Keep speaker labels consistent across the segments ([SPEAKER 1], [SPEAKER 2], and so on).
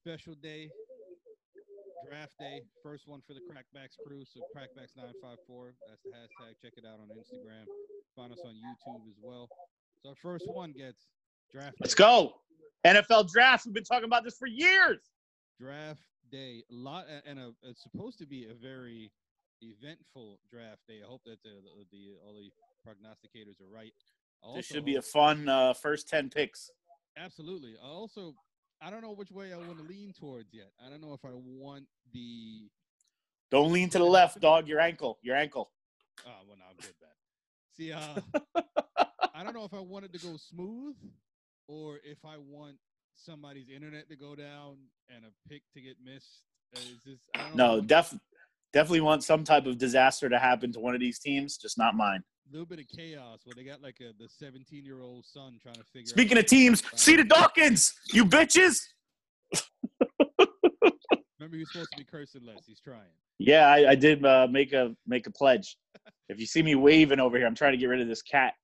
[SPEAKER 1] special day, draft day, first one for the Crackbacks crew. So Crackbacks nine five four. That's the hashtag. Check it out on Instagram. Find us on YouTube as well. So our first one gets draft.
[SPEAKER 2] Let's
[SPEAKER 1] day.
[SPEAKER 2] go. NFL draft. We've been talking about this for years.
[SPEAKER 1] Draft day. A lot and a, it's supposed to be a very eventful draft day. I hope that the, the, the all the prognosticators are right. I
[SPEAKER 2] This
[SPEAKER 1] also
[SPEAKER 2] should be a
[SPEAKER 1] hope-
[SPEAKER 2] fun uh, first 10 picks.
[SPEAKER 1] Absolutely. I also, I don't know which way I want to lean towards yet. I don't know if I want the.
[SPEAKER 2] Don't lean to the left, dog. Your ankle. Your ankle.
[SPEAKER 1] Oh, well, no, I'm good, man. See, uh, I don't know if I wanted to go smooth or if I want somebody's internet to go down and a pick to get missed. Uh, It's just, I don't know
[SPEAKER 2] No, def- definitely want some type of disaster to happen to one of these teams, just not mine.
[SPEAKER 1] a little bit of chaos where they got like a, the 17 year old son trying to figure
[SPEAKER 2] Speaking
[SPEAKER 1] out.
[SPEAKER 2] of teams, see the Dawkins, you bitches.
[SPEAKER 1] Remember, he was supposed to be cursing less. He's trying.
[SPEAKER 2] Yeah, I, I did uh, make a make a pledge. If you see me waving over here, I'm trying to get rid of this cat.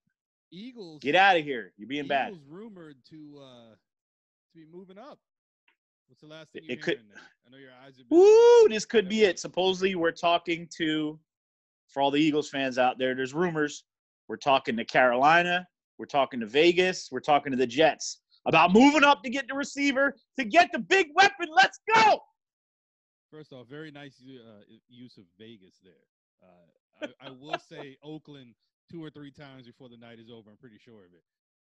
[SPEAKER 1] Eagles.
[SPEAKER 2] Get out of here. You're being bad.
[SPEAKER 1] Eagles rumored to uh to be moving up. What's the last thing
[SPEAKER 2] It-
[SPEAKER 1] you
[SPEAKER 2] it could-
[SPEAKER 1] hearing there? I know your eyes have been.
[SPEAKER 2] Woo! This could be it. Supposedly, we're talking to, for all the Eagles fans out there, there's rumors. We're talking to Carolina. We're talking to Vegas. We're talking to the Jets about moving up to get the receiver, to get the big weapon. Let's go.
[SPEAKER 1] First off, very nice uh, use of Vegas there. Uh, I, I will say Oakland two or three times before the night is over. I'm pretty sure of it.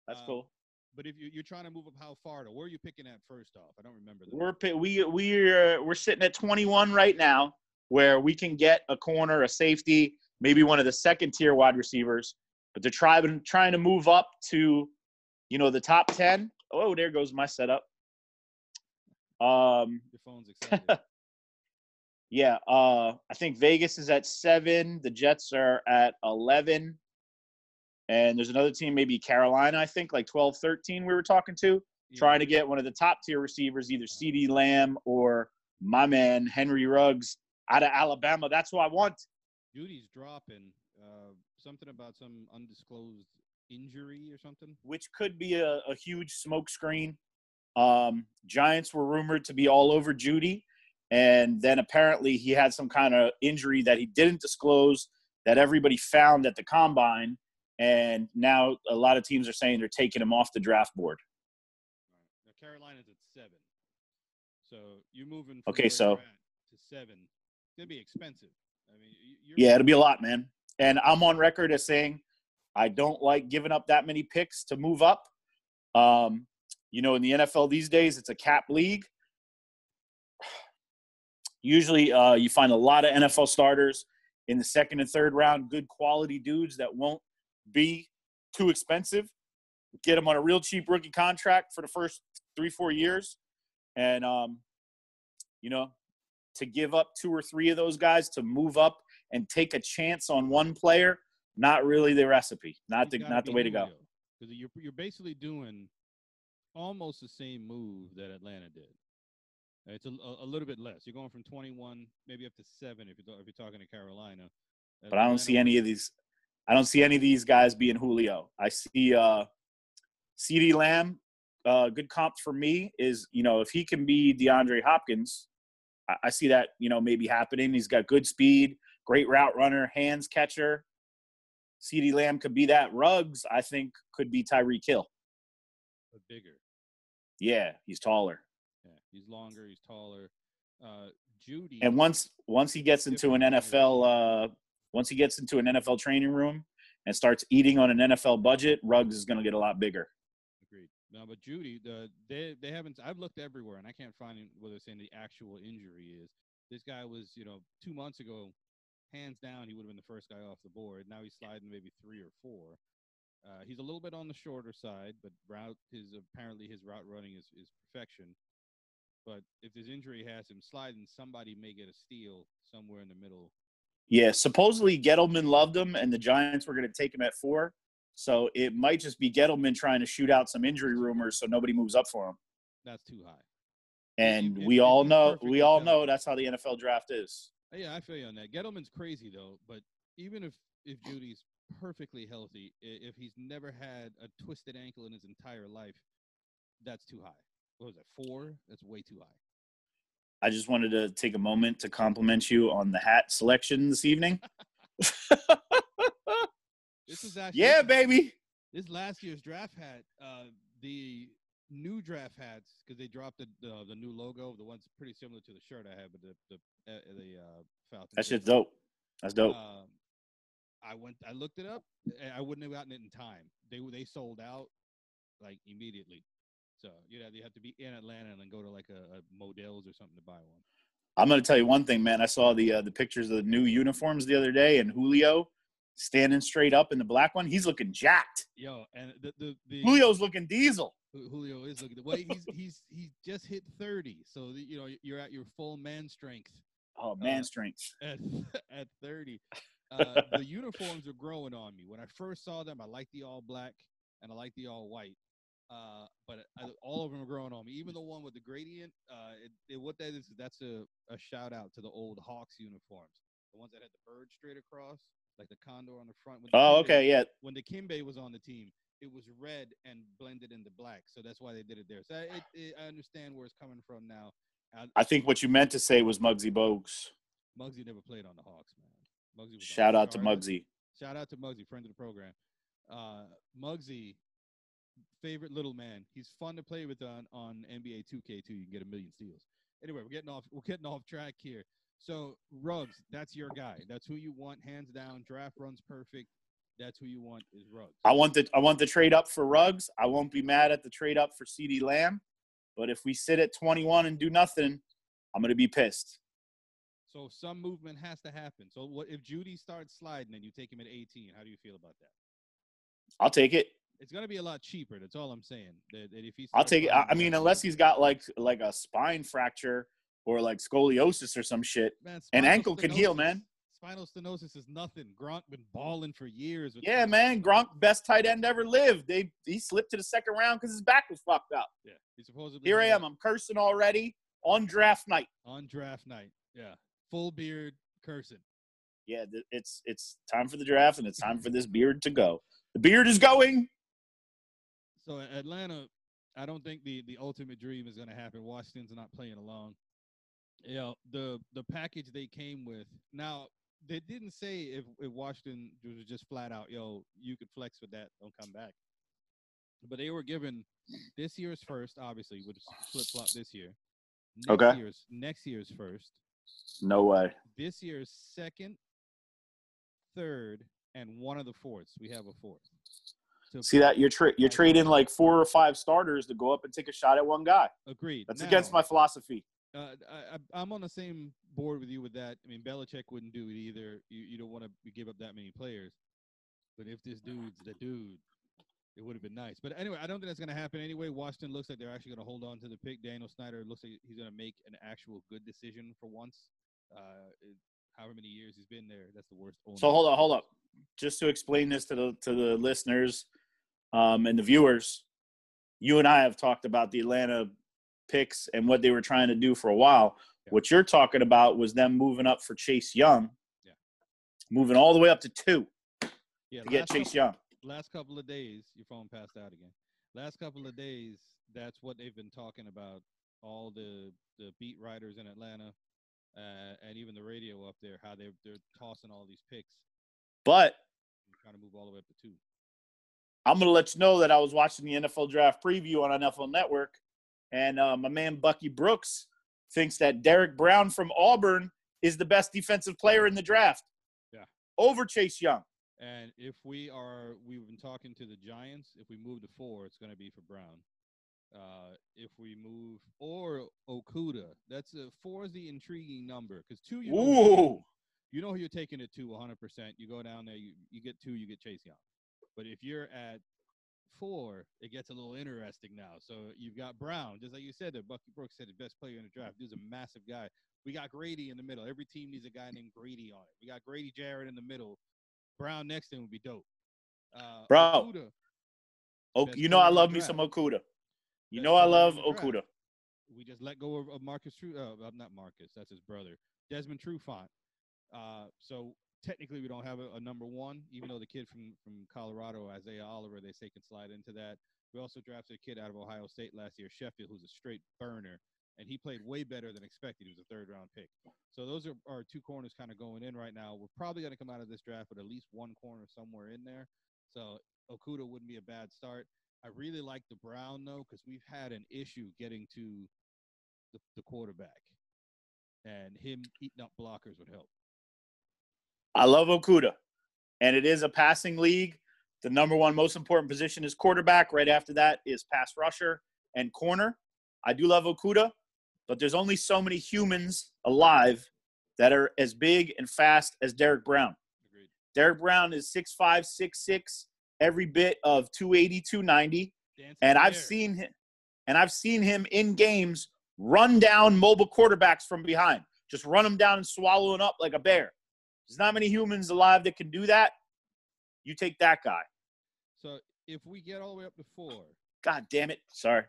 [SPEAKER 2] That's
[SPEAKER 1] Um,
[SPEAKER 2] cool.
[SPEAKER 1] But if you, you're trying to move up, how far? To where are you picking at first off? I don't remember. that.
[SPEAKER 2] We're pi- we we're we're sitting at 21 right now, where we can get a corner, a safety, maybe one of the second tier wide receivers. But they're trying trying to move up to, you know, the top 10. Oh, there goes my setup. Um,
[SPEAKER 1] Your phone's excited.
[SPEAKER 2] yeah, uh, I think Vegas is at seven. The Jets are at 11. And there's another team, maybe Carolina, I think, like 12, 13 we were talking to trying to get one of the top tier receivers, either CD Lamb or my man Henry Ruggs out of Alabama. That's who I want.
[SPEAKER 1] Duty's dropping. Uh, something about some undisclosed injury or something.
[SPEAKER 2] which could be a, a huge smokescreen. Um, Giants were rumored to be all over Judy, and then apparently he had some kind of injury that he didn't disclose that everybody found at the combine, and now a lot of teams are saying they're taking him off the draft board.
[SPEAKER 1] Now Carolina's at seven. So you're moving. From
[SPEAKER 2] Okay,
[SPEAKER 1] where
[SPEAKER 2] so-
[SPEAKER 1] you're at to seven, it's gonna be expensive. I mean, y- you're
[SPEAKER 2] Yeah, it'll be a lot, man. And I'm on record as saying I don't like giving up that many picks to move up. Um, you know, in the NFL these days, it's a cap league. Usually, uh, you find a lot of NFL starters in the second and third round, good quality dudes that won't be too expensive. Get them on a real cheap rookie contract for the first three, four years. And, um, you know, to give up two or three of those guys to move up and take a chance on one player, not really the recipe. Not the not the way to go.
[SPEAKER 1] Because you're you're basically doing almost the same move that Atlanta did. Uh, It's a, a a little bit less. You're going from 21, maybe up to seven if you're, if you're talking to Carolina.
[SPEAKER 2] But I don't see any of these. I don't see any of these guys being Julio. I see uh, C.D. Lamb. Uh, good comp for me is you know if he can be DeAndre Hopkins, I, I see that you know maybe happening. He's got good speed, great route runner, hands catcher. C.D. Lamb could be that. Ruggs, I think, could be Tyreek Hill.
[SPEAKER 1] but bigger.
[SPEAKER 2] Yeah, he's taller.
[SPEAKER 1] Yeah, he's longer. He's taller. Uh, Judy
[SPEAKER 2] and once once he gets into an NFL uh, once he gets into an NFL training room and starts eating on an NFL budget, Ruggs is going to get a lot bigger.
[SPEAKER 1] Agreed. No, but Judy, the they they haven't. I've looked everywhere and I can't find in- whether it's saying the actual injury is. This guy was, you know, two months ago, hands down, he would have been the first guy off the board. Now he's sliding maybe three or four. Uh, he's a little bit on the shorter side, but route his apparently his route running is, is perfection. But if this injury has him sliding, somebody may get a steal somewhere in the middle.
[SPEAKER 2] Yeah, supposedly Gettleman loved him, and the Giants were going to take him at four. So it might just be Gettleman trying to shoot out some injury rumors so nobody moves up for him.
[SPEAKER 1] That's too high.
[SPEAKER 2] And we all know we all know that's how the NFL draft is.
[SPEAKER 1] Uh, Yeah, I feel you on that. Gettleman's crazy though, but even if if Judy's perfectly healthy, i- if he's never had a twisted ankle in his entire life, that's too high. What was that? Four? That's way too high.
[SPEAKER 2] I just wanted to take a moment to compliment you on the hat selection this evening.
[SPEAKER 1] This is actually
[SPEAKER 2] yeah, baby.
[SPEAKER 1] This last year's draft hat, uh, the new draft hats because they dropped the, the the new logo. The one's pretty similar to the shirt I have, but the the uh, the uh, Falcons.
[SPEAKER 2] That shit's dope. That's dope.
[SPEAKER 1] Um, I went. I looked it up. and I wouldn't have gotten it in time. They they sold out like immediately. So you know you have to be in Atlanta and then go to like a, a Modell's or something to buy one.
[SPEAKER 2] I'm gonna tell you one thing, man. I saw the uh, the pictures of the new uniforms the other day, and Julio standing straight up in the black one. He's looking jacked.
[SPEAKER 1] Yo, and the the, the
[SPEAKER 2] Julio's looking diesel.
[SPEAKER 1] Ju- Julio is looking. Well, he's he's he's just hit thirty, so the- you know you're at your full man strength
[SPEAKER 2] Oh man, strength.
[SPEAKER 1] at at thirty. Uh, the uniforms are growing on me. When I first saw them, I liked the all black and I like the all white. Uh, but I, all of them are growing on me. Even the one with the gradient. Uh, it, it, what that is, that's a, a shout out to the old Hawks uniforms, the ones that had the bird straight across, like the condor on the front. When
[SPEAKER 2] Oh,
[SPEAKER 1] Dikembe-
[SPEAKER 2] okay, yeah.
[SPEAKER 1] When the Kimbe was on the team, it was red and blended into black, so that's why they did it there. So I, it, it, I understand where it's coming from now. I,
[SPEAKER 2] I think what you meant to say was Muggsy Bogues.
[SPEAKER 1] Muggsy never played on the Hawks, man. Muggsy was on
[SPEAKER 2] Shout out to
[SPEAKER 1] Charlotte.
[SPEAKER 2] Muggsy.
[SPEAKER 1] Shout out to Muggsy, friend of the program. Uh, Muggsy, favorite little man. He's fun to play with on, on NBA 2K2. You can get a million steals. Anyway, we're getting off we're getting off track here. So Ruggs, that's your guy. That's who you want, hands down. Draft runs perfect. That's who you want is Ruggs.
[SPEAKER 2] I want the I want the trade up for Ruggs. I won't be mad at the trade up for CD Lamb. But if we sit at 21 and do nothing, I'm gonna be pissed.
[SPEAKER 1] So some movement has to happen. So what if Judy starts sliding and you take him at 18? How do you feel about that?
[SPEAKER 2] I'll take it.
[SPEAKER 1] It's gonna be a lot cheaper. That's all I'm saying. That, that if he
[SPEAKER 2] I'll
[SPEAKER 1] starts
[SPEAKER 2] take it. I,
[SPEAKER 1] sliding,
[SPEAKER 2] I
[SPEAKER 1] you
[SPEAKER 2] mean,
[SPEAKER 1] gotta
[SPEAKER 2] unless
[SPEAKER 1] move.
[SPEAKER 2] he's got like like a spine fracture or like scoliosis or some shit.
[SPEAKER 1] Man,
[SPEAKER 2] An
[SPEAKER 1] spinal
[SPEAKER 2] ankle can heal,
[SPEAKER 1] stenosis-
[SPEAKER 2] man.
[SPEAKER 1] Spinal stenosis is nothing. Grant been balling for years. with
[SPEAKER 2] Yeah,
[SPEAKER 1] spinal
[SPEAKER 2] man.
[SPEAKER 1] stenosis.
[SPEAKER 2] Gronk, best tight end ever lived. They he slipped to the second round because his back was fucked up.
[SPEAKER 1] Yeah, he supposedly
[SPEAKER 2] Here I
[SPEAKER 1] had
[SPEAKER 2] am. I'm cursing already on draft night.
[SPEAKER 1] on draft night. Yeah, full beard cursing.
[SPEAKER 2] Yeah, th- it's it's time for the draft and it's time for this beard to go. The beard is going.
[SPEAKER 1] So a- Atlanta, I don't think the the ultimate dream is going to happen. Washington's not playing along. You know the the package they came with. Now they didn't say if, if Washington was just flat out, yo, you could flex with that, don't come back. But they were given this year's first, obviously, which flip flop this year. Next
[SPEAKER 2] Okay.
[SPEAKER 1] Year's, next year's first.
[SPEAKER 2] No way.
[SPEAKER 1] This year's second, third, and one of the fourths. We have a fourth. So
[SPEAKER 2] See that you're tra- you're trading like four or five starters to go up and take a shot at one guy.
[SPEAKER 1] agreed.
[SPEAKER 2] That's
[SPEAKER 1] Now-
[SPEAKER 2] against my philosophy.
[SPEAKER 1] Uh, I, I- I'm on the same board with you with that. I mean, Belichick wouldn't do it either. You, you don't want to give up that many players. But if this dude's the dude, it would have been nice. But anyway, I don't think that's going to happen anyway. Washington looks like they're actually going to hold on to the pick. Daniel Snyder looks like he's going to make an actual good decision for once. Uh, it- however many years he's been there, that's the worst. owner.
[SPEAKER 2] So hold up, hold up. Just to explain this to the to the listeners um, and the viewers, you and I have talked about the Atlanta picks and what they were trying to do for a while.
[SPEAKER 1] Yeah.
[SPEAKER 2] What you're talking about was them moving up for Chase Young,
[SPEAKER 1] Yeah.
[SPEAKER 2] moving all the way up to two
[SPEAKER 1] Yeah,
[SPEAKER 2] to get
[SPEAKER 1] last
[SPEAKER 2] Chase
[SPEAKER 1] couple-
[SPEAKER 2] Young.
[SPEAKER 1] last couple of days, your phone passed out again. Last couple of days, that's what they've been talking about. All the the beat writers in Atlanta, uh, and even the radio up there, how they're they're tossing all these picks,
[SPEAKER 2] But
[SPEAKER 1] and trying to move all the way up to two.
[SPEAKER 2] I'm going to let you know that I was watching the NFL draft preview on NFL Network, and uh, my man Bucky Brooks thinks that Derek Brown from Auburn is the best defensive player in the draft.
[SPEAKER 1] Yeah.
[SPEAKER 2] Over Chase Young.
[SPEAKER 1] And if we are, we've been talking to the Giants. If we move to four, it's going to be for Brown. Uh, if we move or Okuda, that's a four is the intriguing number because two. You know who you're
[SPEAKER 2] Ooh.
[SPEAKER 1] you know who you're taking it to 100%. You go down there, you, you get two, you get Chase Young. But if you're at four, it gets a little interesting now. So you've got Brown, just like you said there. Bucky Brooks said the best player in the draft. Dude's a massive guy. We got Grady in the middle. Every team needs a guy named Grady on it. We got Grady Jarrett in the middle. Brown next to him would be dope. Uh,
[SPEAKER 2] Bro.
[SPEAKER 1] Okuda,
[SPEAKER 2] O-
[SPEAKER 1] Best
[SPEAKER 2] you know
[SPEAKER 1] player
[SPEAKER 2] I
[SPEAKER 1] in the
[SPEAKER 2] love me
[SPEAKER 1] draft.
[SPEAKER 2] some Okuda. You
[SPEAKER 1] Best
[SPEAKER 2] know
[SPEAKER 1] player
[SPEAKER 2] I
[SPEAKER 1] in
[SPEAKER 2] love
[SPEAKER 1] the draft.
[SPEAKER 2] Okuda.
[SPEAKER 1] we just let go of, of Marcus True. Uh, uh, not Marcus, that's his brother, Desmond Trufant. Uh, so technically, we don't have a, a number one, even though the kid from from Colorado, Isaiah Oliver, they say can slide into that. We also drafted a kid out of Ohio State last year, Sheffield, who's a straight burner. and he played way better than expected. He was a third round pick. So those are our two corners kind of going in right now. We're probably going to come out of this draft with at least one corner somewhere in there. So Okuda wouldn't be a bad start. I really like the Brown though because we've had an issue getting to the, the quarterback, and him eating up blockers would help.
[SPEAKER 2] I love Okuda, and it is a passing league. The number one most important position is quarterback. Right after that is pass rusher and corner. I do love Okuda, but there's only so many humans alive that are as big and fast as Derek Brown.
[SPEAKER 1] Agreed.
[SPEAKER 2] Derek Brown is 6'5, 6'6, every bit of 280, 290.
[SPEAKER 1] Dancing
[SPEAKER 2] And I've
[SPEAKER 1] bear.
[SPEAKER 2] seen him and I've seen him in games run down mobile quarterbacks from behind. Just run them down and swallow 'em up like a bear. There's not many humans alive that can do that. You take that guy.
[SPEAKER 1] So if we get all the way up to four,
[SPEAKER 2] God damn it. Sorry.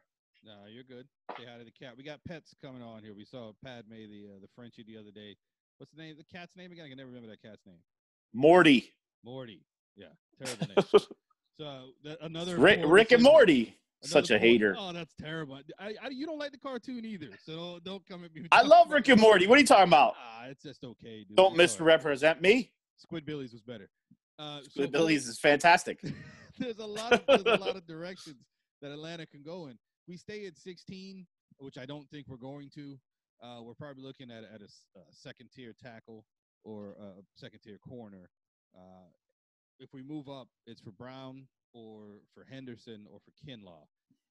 [SPEAKER 1] no, you're good. Say hi to the cat. We got pets coming on here. We saw Padme, the uh, the Frenchie, the other day. What's the name? The cat's name again? I can never remember that cat's name.
[SPEAKER 2] Morty.
[SPEAKER 1] Morty. Yeah, terrible name. so that, another
[SPEAKER 2] Rick,
[SPEAKER 1] poor
[SPEAKER 2] Rick and
[SPEAKER 1] decision.
[SPEAKER 2] Morty.
[SPEAKER 1] Another
[SPEAKER 2] Such a
[SPEAKER 1] poor-
[SPEAKER 2] hater.
[SPEAKER 1] Oh, that's terrible. I, I you don't like the cartoon either, so don't, don't come at me. with
[SPEAKER 2] I
[SPEAKER 1] that.
[SPEAKER 2] love Rick and Morty. What are you talking about?
[SPEAKER 1] Ah, it's just okay, dude.
[SPEAKER 2] Don't
[SPEAKER 1] I'm sorry.
[SPEAKER 2] misrepresent me.
[SPEAKER 1] Squidbillies was better. Uh, so
[SPEAKER 2] Good
[SPEAKER 1] four-
[SPEAKER 2] Billy's is fantastic.
[SPEAKER 1] there's a lot of there's a lot of directions that Atlanta can go in. We stay at 16, which I don't think we're going to. Uh, we're probably looking at at a s- a second tier tackle or a second tier corner. Uh, if we move up, it's for Brown or for Henderson or for Kinlaw.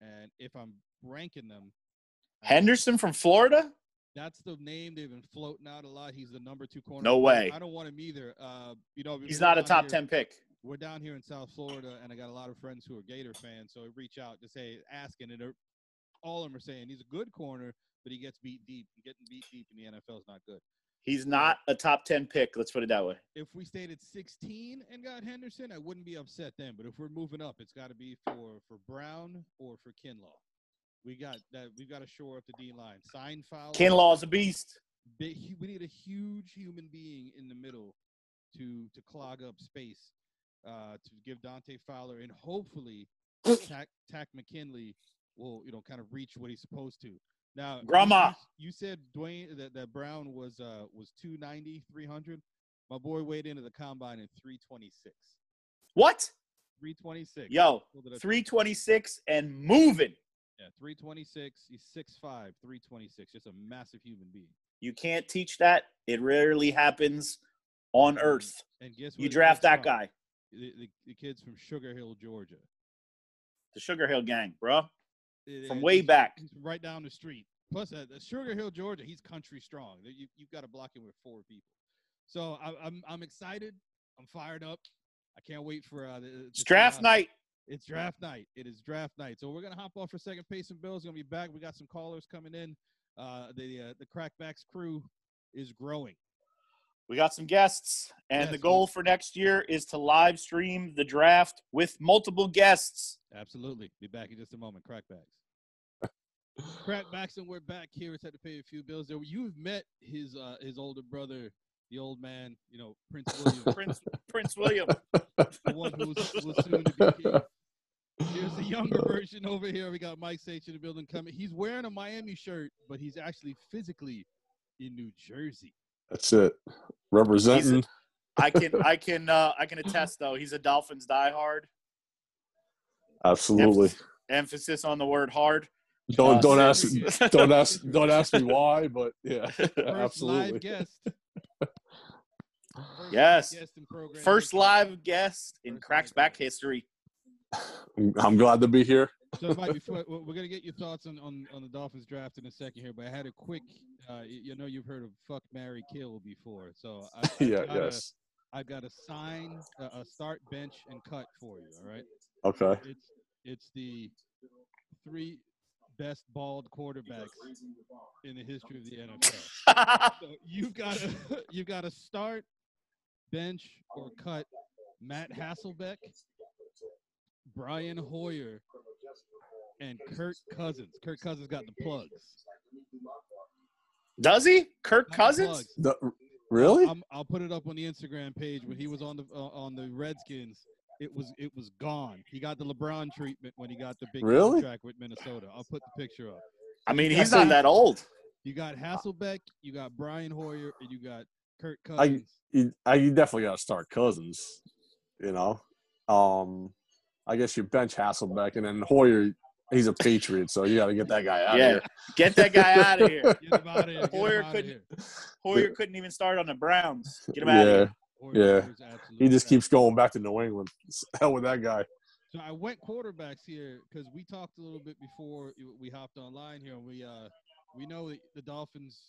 [SPEAKER 1] And if I'm ranking them, I-
[SPEAKER 2] Henderson from Florida?
[SPEAKER 1] that's the name they've been floating out a lot. He's the number two corner.
[SPEAKER 2] No
[SPEAKER 1] I-
[SPEAKER 2] way.
[SPEAKER 1] I don't want him either. Uh, you know,
[SPEAKER 2] He's
[SPEAKER 1] we're
[SPEAKER 2] not a
[SPEAKER 1] down
[SPEAKER 2] top
[SPEAKER 1] here-
[SPEAKER 2] 10 pick.
[SPEAKER 1] we're down here in South Florida, and I got a lot of friends who are Gator fans. So I reach out to say, asking, and they're- all of them are saying he's a good corner, but he gets beat deep. Getting beat deep in the NFL is not good.
[SPEAKER 2] He's not a top 10 pick. Let's put it that way.
[SPEAKER 1] If we stayed at 16 and got Henderson, I wouldn't be upset then. But if we're moving up, it's got to be for for Brown or for Kinlaw. We got that. We've got to shore up the D line. Sign foul.
[SPEAKER 2] Kinlaw is a beast.
[SPEAKER 1] big, hu- we need a huge human being in the middle to to clog up space uh, to give Dante Fowler and hopefully Tack, Tack McKinley will you know kind of reach what he's supposed to. Now, you-
[SPEAKER 2] Grandma.
[SPEAKER 1] you, you said Dwayne that, that Brown was uh, was 290, 300. My boy weighed into the combine at 326.
[SPEAKER 2] What?
[SPEAKER 1] 326.
[SPEAKER 2] Yo,
[SPEAKER 1] Pulled it up.
[SPEAKER 2] 326 and moving.
[SPEAKER 1] Yeah, 326. He's 6'5, 326. Just a massive human being.
[SPEAKER 2] You can't teach that. It rarely happens on
[SPEAKER 1] Mm,
[SPEAKER 2] earth.
[SPEAKER 1] And guess where
[SPEAKER 2] You
[SPEAKER 1] the
[SPEAKER 2] draft
[SPEAKER 1] kid's
[SPEAKER 2] that
[SPEAKER 1] from?
[SPEAKER 2] guy,
[SPEAKER 1] The, the, the kid's from Sugar Hill, Georgia.
[SPEAKER 2] the Sugar Hill Gang, bro,
[SPEAKER 1] It-
[SPEAKER 2] from
[SPEAKER 1] it-
[SPEAKER 2] way
[SPEAKER 1] he's-
[SPEAKER 2] back.
[SPEAKER 1] He's right down the street. Plus, uh, the Sugar Hill, Georgia, he's country strong. There- You, you've got to block him with four people. So I, I'm, I'm excited. I'm fired up. I can't wait for uh, the, to
[SPEAKER 2] It's
[SPEAKER 1] see
[SPEAKER 2] draft
[SPEAKER 1] how-
[SPEAKER 2] night.
[SPEAKER 1] It's draft night. It is draft night. So we're gonna hop off for a second. Pay some bills. Gonna be back. We got some callers coming in. Uh, the uh, the Crackbacks crew is growing.
[SPEAKER 2] We got some guests, and
[SPEAKER 1] Yes,
[SPEAKER 2] the
[SPEAKER 1] we-
[SPEAKER 2] goal for next year is to live stream the draft with multiple guests.
[SPEAKER 1] Absolutely. Be back in just a moment. Crackbacks. Crackbacks, and we're back here. It's had to pay a few bills. There, you've met his uh, his older brother, the old man. You know, Prince William,
[SPEAKER 2] Prince Prince William.
[SPEAKER 1] the one who was, was soon to be king. There's a younger version over here. We got Mike Sage in the building coming. He's wearing a Miami shirt, but he's actually physically in New Jersey.
[SPEAKER 3] That's it. Representing.
[SPEAKER 2] I can I can uh, I can attest though he's a Dolphins diehard.
[SPEAKER 3] Absolutely.
[SPEAKER 2] Emphasis, emphasis on the word hard.
[SPEAKER 3] Don't
[SPEAKER 2] Uh,
[SPEAKER 3] don't ask
[SPEAKER 1] Sanders-
[SPEAKER 3] don't ask don't ask me why, but yeah,
[SPEAKER 1] First
[SPEAKER 3] absolutely.
[SPEAKER 1] live guest. First live
[SPEAKER 2] Yes.
[SPEAKER 1] guest in program
[SPEAKER 2] First
[SPEAKER 1] history.
[SPEAKER 2] live guest in
[SPEAKER 1] First
[SPEAKER 2] Cracks
[SPEAKER 1] live
[SPEAKER 2] Back
[SPEAKER 1] guest.
[SPEAKER 2] history.
[SPEAKER 3] I'm glad to be here.
[SPEAKER 1] So, Mike, before, we're going to get your thoughts on, on, on the Dolphins draft in a second here, but I had a quick, uh, y- you know, you've heard of fuck, Mary kill before. So I, I've
[SPEAKER 3] Yeah.
[SPEAKER 1] got a-
[SPEAKER 3] Yes.
[SPEAKER 1] I've got a sign, a, a start, bench, and cut for you. All right.
[SPEAKER 3] Okay.
[SPEAKER 1] It's it's the three best bald quarterbacks in the history of the NFL. So you've got to you've got to start, bench, or cut Matt Hasselbeck, Brian Hoyer, and Kirk Cousins. Kirk Cousins got the plugs.
[SPEAKER 2] Does he? Kirk
[SPEAKER 1] Not the
[SPEAKER 2] Cousins?
[SPEAKER 1] plugs.
[SPEAKER 3] The- really?
[SPEAKER 1] I'm, I'll put it up on the Instagram page. When he was on the uh, on the Redskins, it was it was gone. He got the LeBron treatment when he got the big
[SPEAKER 3] Really?
[SPEAKER 1] contract with Minnesota. I'll put the picture up.
[SPEAKER 2] I mean, he's not that old.
[SPEAKER 1] You got Hasselbeck, you got Brian Hoyer, and you got Kurt
[SPEAKER 3] I-
[SPEAKER 1] Cousins.
[SPEAKER 3] You, I, you definitely got to start Cousins. You know, um, I guess you bench Hasselbeck and then Hoyer. He's a Patriot, so you got to get that guy out.
[SPEAKER 2] Yeah,
[SPEAKER 3] of
[SPEAKER 2] get that guy out of here.
[SPEAKER 1] Get him out of here. Get him
[SPEAKER 2] Hoyer
[SPEAKER 1] outta
[SPEAKER 2] couldn't-
[SPEAKER 1] here.
[SPEAKER 2] Hoyer couldn't even start on the Browns. Get him out
[SPEAKER 3] here.
[SPEAKER 2] of here.
[SPEAKER 3] Yeah,
[SPEAKER 1] Hoyer
[SPEAKER 3] Yeah.
[SPEAKER 1] is absolutely
[SPEAKER 3] he just
[SPEAKER 1] bad.
[SPEAKER 3] keeps going back to New England. Hell with that guy.
[SPEAKER 1] So I went quarterbacks here because we talked a little bit before you- we hopped online here. and We uh we know that the Dolphins.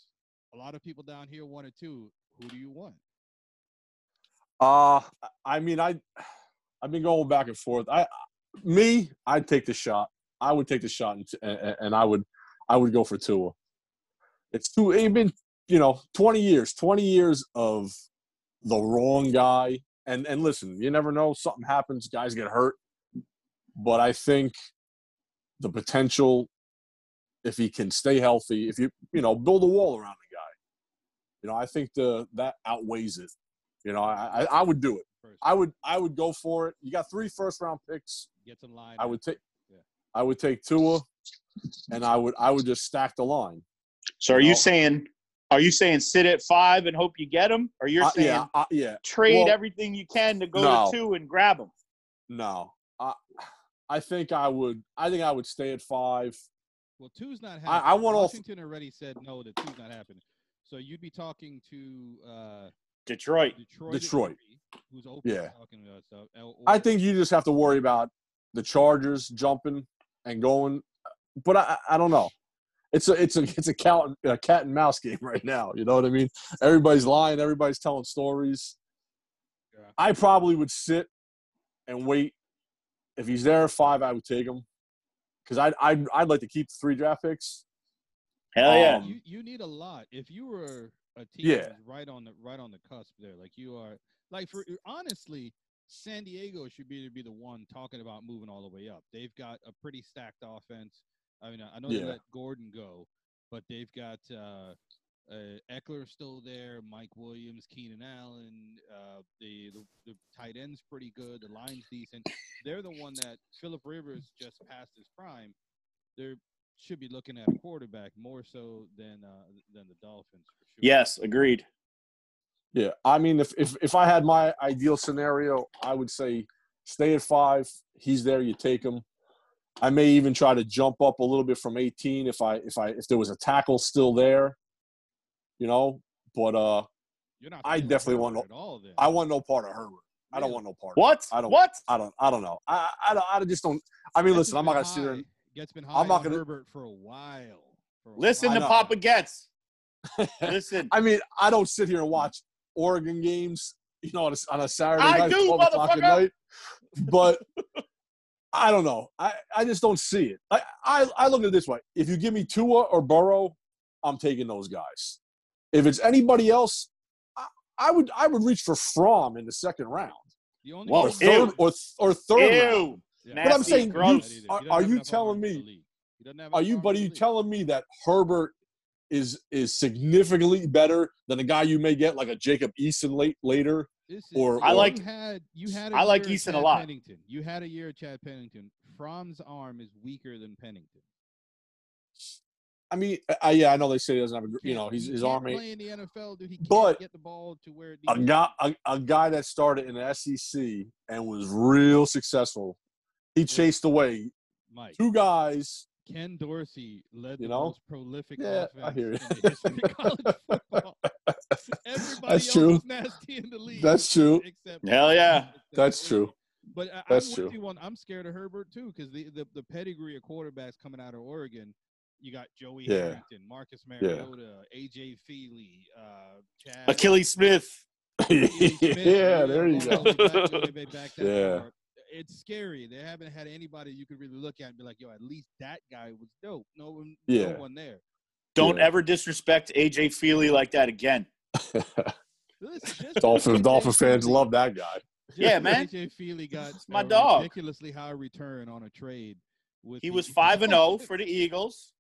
[SPEAKER 1] A lot of people down here want it too. Who do you want?
[SPEAKER 3] Uh I mean, I I've been going back and forth. I me, I'd take the shot. I would take the shot, and and, and I would I would go for Tua. It's two. It's been you know twenty years, twenty years of the wrong guy. And and listen, you never know. Something happens. Guys get hurt. But I think the potential, if he can stay healthy, if you you know build a wall around the guy, you know I think the that outweighs it. You know, I, I I would do it.
[SPEAKER 1] First,
[SPEAKER 3] I would I would go for it. You got three first round picks.
[SPEAKER 1] get some line.
[SPEAKER 3] I would take
[SPEAKER 1] Yeah.
[SPEAKER 3] I would take Tua and I would I would just stack the line.
[SPEAKER 2] So are you
[SPEAKER 3] Well-
[SPEAKER 2] saying are you saying sit at five and hope you get them, or you're
[SPEAKER 3] I-
[SPEAKER 2] saying
[SPEAKER 3] yeah, I, yeah.
[SPEAKER 2] trade
[SPEAKER 3] Well-
[SPEAKER 2] everything you can to go
[SPEAKER 3] No.
[SPEAKER 2] to two and grab them?
[SPEAKER 3] No. I I think I would I think I would stay at five.
[SPEAKER 1] Well, two's not happening.
[SPEAKER 3] I- I want all-
[SPEAKER 1] Washington already said no. That two's not happening. So you'd be talking to uh,
[SPEAKER 2] Detroit.
[SPEAKER 1] Detroit. at
[SPEAKER 3] Detroit.
[SPEAKER 1] three, who's open?
[SPEAKER 3] Yeah.
[SPEAKER 1] to Talking to us. So, or-
[SPEAKER 3] I think you just have to worry about the Chargers jumping and going but I I I don't know. It's a it's a it's a cat, a cat and mouse game right now. You know what I mean? Everybody's lying, everybody's telling stories.
[SPEAKER 1] Yeah.
[SPEAKER 3] I probably would sit and wait. If he's there at five, I would take him because I'd, I'd I'd like to keep the three draft picks.
[SPEAKER 2] Hell yeah.
[SPEAKER 3] Um,
[SPEAKER 1] you you need a lot if you were a team
[SPEAKER 3] Yeah.
[SPEAKER 1] that's right on the right on the cusp there like you are like for honestly san diego should be to be the one talking about moving all the way up they've got a pretty stacked offense i mean i know they
[SPEAKER 3] Yeah.
[SPEAKER 1] let gordon go but they've got uh uh, Eckler still there. Mike Williams, Keenan Allen. Uh, the, the the tight end's pretty good. The line's decent. They're the one that Philip Rivers just passed his prime. They're should be looking at a quarterback more so than uh, than the Dolphins for sure.
[SPEAKER 2] Yes, agreed.
[SPEAKER 3] Yeah, I mean, if if if I had my ideal scenario, I would say stay at five. He's there, you take him. I may even try to jump up a little bit from eighteen if I if I if there was a tackle still there, you know. But uh,
[SPEAKER 1] You're not
[SPEAKER 3] I
[SPEAKER 1] feeling
[SPEAKER 3] definitely want
[SPEAKER 1] Herbert
[SPEAKER 3] to-
[SPEAKER 1] at all. Then
[SPEAKER 3] I want no part of Herbert. I don't
[SPEAKER 1] Really?
[SPEAKER 3] want no part. of him.
[SPEAKER 2] What?
[SPEAKER 3] I don't-
[SPEAKER 2] What?
[SPEAKER 3] I don't. I don't know. I I, I, don't- I just don't. I mean, listen, I'm not gonna sit there. and-
[SPEAKER 1] Gets been high
[SPEAKER 3] I'm not
[SPEAKER 1] on
[SPEAKER 3] gonna-
[SPEAKER 1] Herbert for a while. for a
[SPEAKER 2] Listen
[SPEAKER 1] while.
[SPEAKER 2] to
[SPEAKER 3] know.
[SPEAKER 2] Papa Gets. Listen.
[SPEAKER 3] I mean, I don't sit here and watch Oregon games, you know, on a, on a Saturday
[SPEAKER 2] I
[SPEAKER 3] night,
[SPEAKER 2] do,
[SPEAKER 3] twelve o'clock at
[SPEAKER 2] motherfucker.
[SPEAKER 3] night. But I don't know. I, I just don't see it. I, I I look at it this way: if you give me Tua or Burrow, I'm taking those guys. If it's anybody else, I, I would I would reach for Fromm in the second round,
[SPEAKER 1] The only
[SPEAKER 2] Whoa,
[SPEAKER 3] or
[SPEAKER 1] reason-
[SPEAKER 3] third,
[SPEAKER 2] ew.
[SPEAKER 3] or or third round.
[SPEAKER 2] Ew.
[SPEAKER 1] Yeah.
[SPEAKER 2] But I'm Nasty, saying you- gross.
[SPEAKER 1] He
[SPEAKER 3] are-
[SPEAKER 1] doesn't
[SPEAKER 3] are
[SPEAKER 1] have
[SPEAKER 3] you
[SPEAKER 1] enough
[SPEAKER 3] telling
[SPEAKER 1] arms in
[SPEAKER 3] me-
[SPEAKER 1] the league. He doesn't have
[SPEAKER 3] Are
[SPEAKER 1] enough
[SPEAKER 3] you,
[SPEAKER 1] arms
[SPEAKER 3] but are
[SPEAKER 1] in the
[SPEAKER 3] you
[SPEAKER 1] league.
[SPEAKER 3] telling me that Herbert is is significantly better than a guy you may get like a Jacob Eason late later?
[SPEAKER 1] This is-
[SPEAKER 3] or-
[SPEAKER 2] I
[SPEAKER 1] you
[SPEAKER 2] like-
[SPEAKER 1] had you had a
[SPEAKER 2] I like
[SPEAKER 1] year of
[SPEAKER 2] Eason a
[SPEAKER 1] Chad
[SPEAKER 2] lot.
[SPEAKER 1] Pennington. You had a year of Chad Pennington. Fromm's arm is weaker than Pennington.
[SPEAKER 3] I mean, I- I, yeah, I know they say he doesn't have a, gr- you
[SPEAKER 1] Can't-
[SPEAKER 3] know, he's
[SPEAKER 1] he
[SPEAKER 3] his
[SPEAKER 1] can't
[SPEAKER 3] arm ain't-
[SPEAKER 1] play in the NFL, dude. He can't
[SPEAKER 3] But
[SPEAKER 1] get the ball to where it
[SPEAKER 3] a
[SPEAKER 1] needs to
[SPEAKER 3] guy a, a guy that started in the SEC and was real successful. He chased away
[SPEAKER 1] be. Mike.
[SPEAKER 3] two guys.
[SPEAKER 1] Ken Dorsey led
[SPEAKER 3] You
[SPEAKER 1] the
[SPEAKER 3] know?
[SPEAKER 1] most prolific
[SPEAKER 3] Yeah,
[SPEAKER 1] offense
[SPEAKER 3] I hear you.
[SPEAKER 1] in the history of college football. Everybody else
[SPEAKER 3] true.
[SPEAKER 1] was nasty in the league.
[SPEAKER 3] That's true.
[SPEAKER 1] Except
[SPEAKER 2] Hell yeah.
[SPEAKER 1] except
[SPEAKER 3] That's
[SPEAKER 1] Dorsey.
[SPEAKER 3] true.
[SPEAKER 1] But I,
[SPEAKER 3] That's
[SPEAKER 1] I'm
[SPEAKER 3] true.
[SPEAKER 1] with you on. I'm scared of Herbert too because the, the the pedigree of quarterbacks coming out of Oregon. You got Joey
[SPEAKER 3] Yeah.
[SPEAKER 1] Harrington, Marcus Mariota, AJ Feely, uh, Chad.
[SPEAKER 2] Achilles Smith.
[SPEAKER 1] Lee Smith, Julio
[SPEAKER 3] yeah, there you go.
[SPEAKER 1] Jones, back to way they back that
[SPEAKER 3] Yeah.
[SPEAKER 1] far. It's scary. They haven't had anybody you could really look at and be like, "Yo, at least that guy was dope." No one,
[SPEAKER 3] Yeah.
[SPEAKER 1] no one there.
[SPEAKER 2] Don't
[SPEAKER 3] Yeah.
[SPEAKER 2] ever disrespect AJ Feely like that again.
[SPEAKER 1] Listen, just
[SPEAKER 3] Dolphin
[SPEAKER 1] because
[SPEAKER 3] Dolphin
[SPEAKER 1] AJ
[SPEAKER 3] fans
[SPEAKER 1] Feely-
[SPEAKER 3] love that guy.
[SPEAKER 1] just
[SPEAKER 2] Yeah,
[SPEAKER 1] because
[SPEAKER 2] man.
[SPEAKER 1] AJ Feely got
[SPEAKER 2] my
[SPEAKER 1] a
[SPEAKER 2] dog.
[SPEAKER 1] ridiculously high return on a trade. With
[SPEAKER 2] He
[SPEAKER 1] the-
[SPEAKER 2] was five and
[SPEAKER 3] oh.
[SPEAKER 2] zero for the Eagles,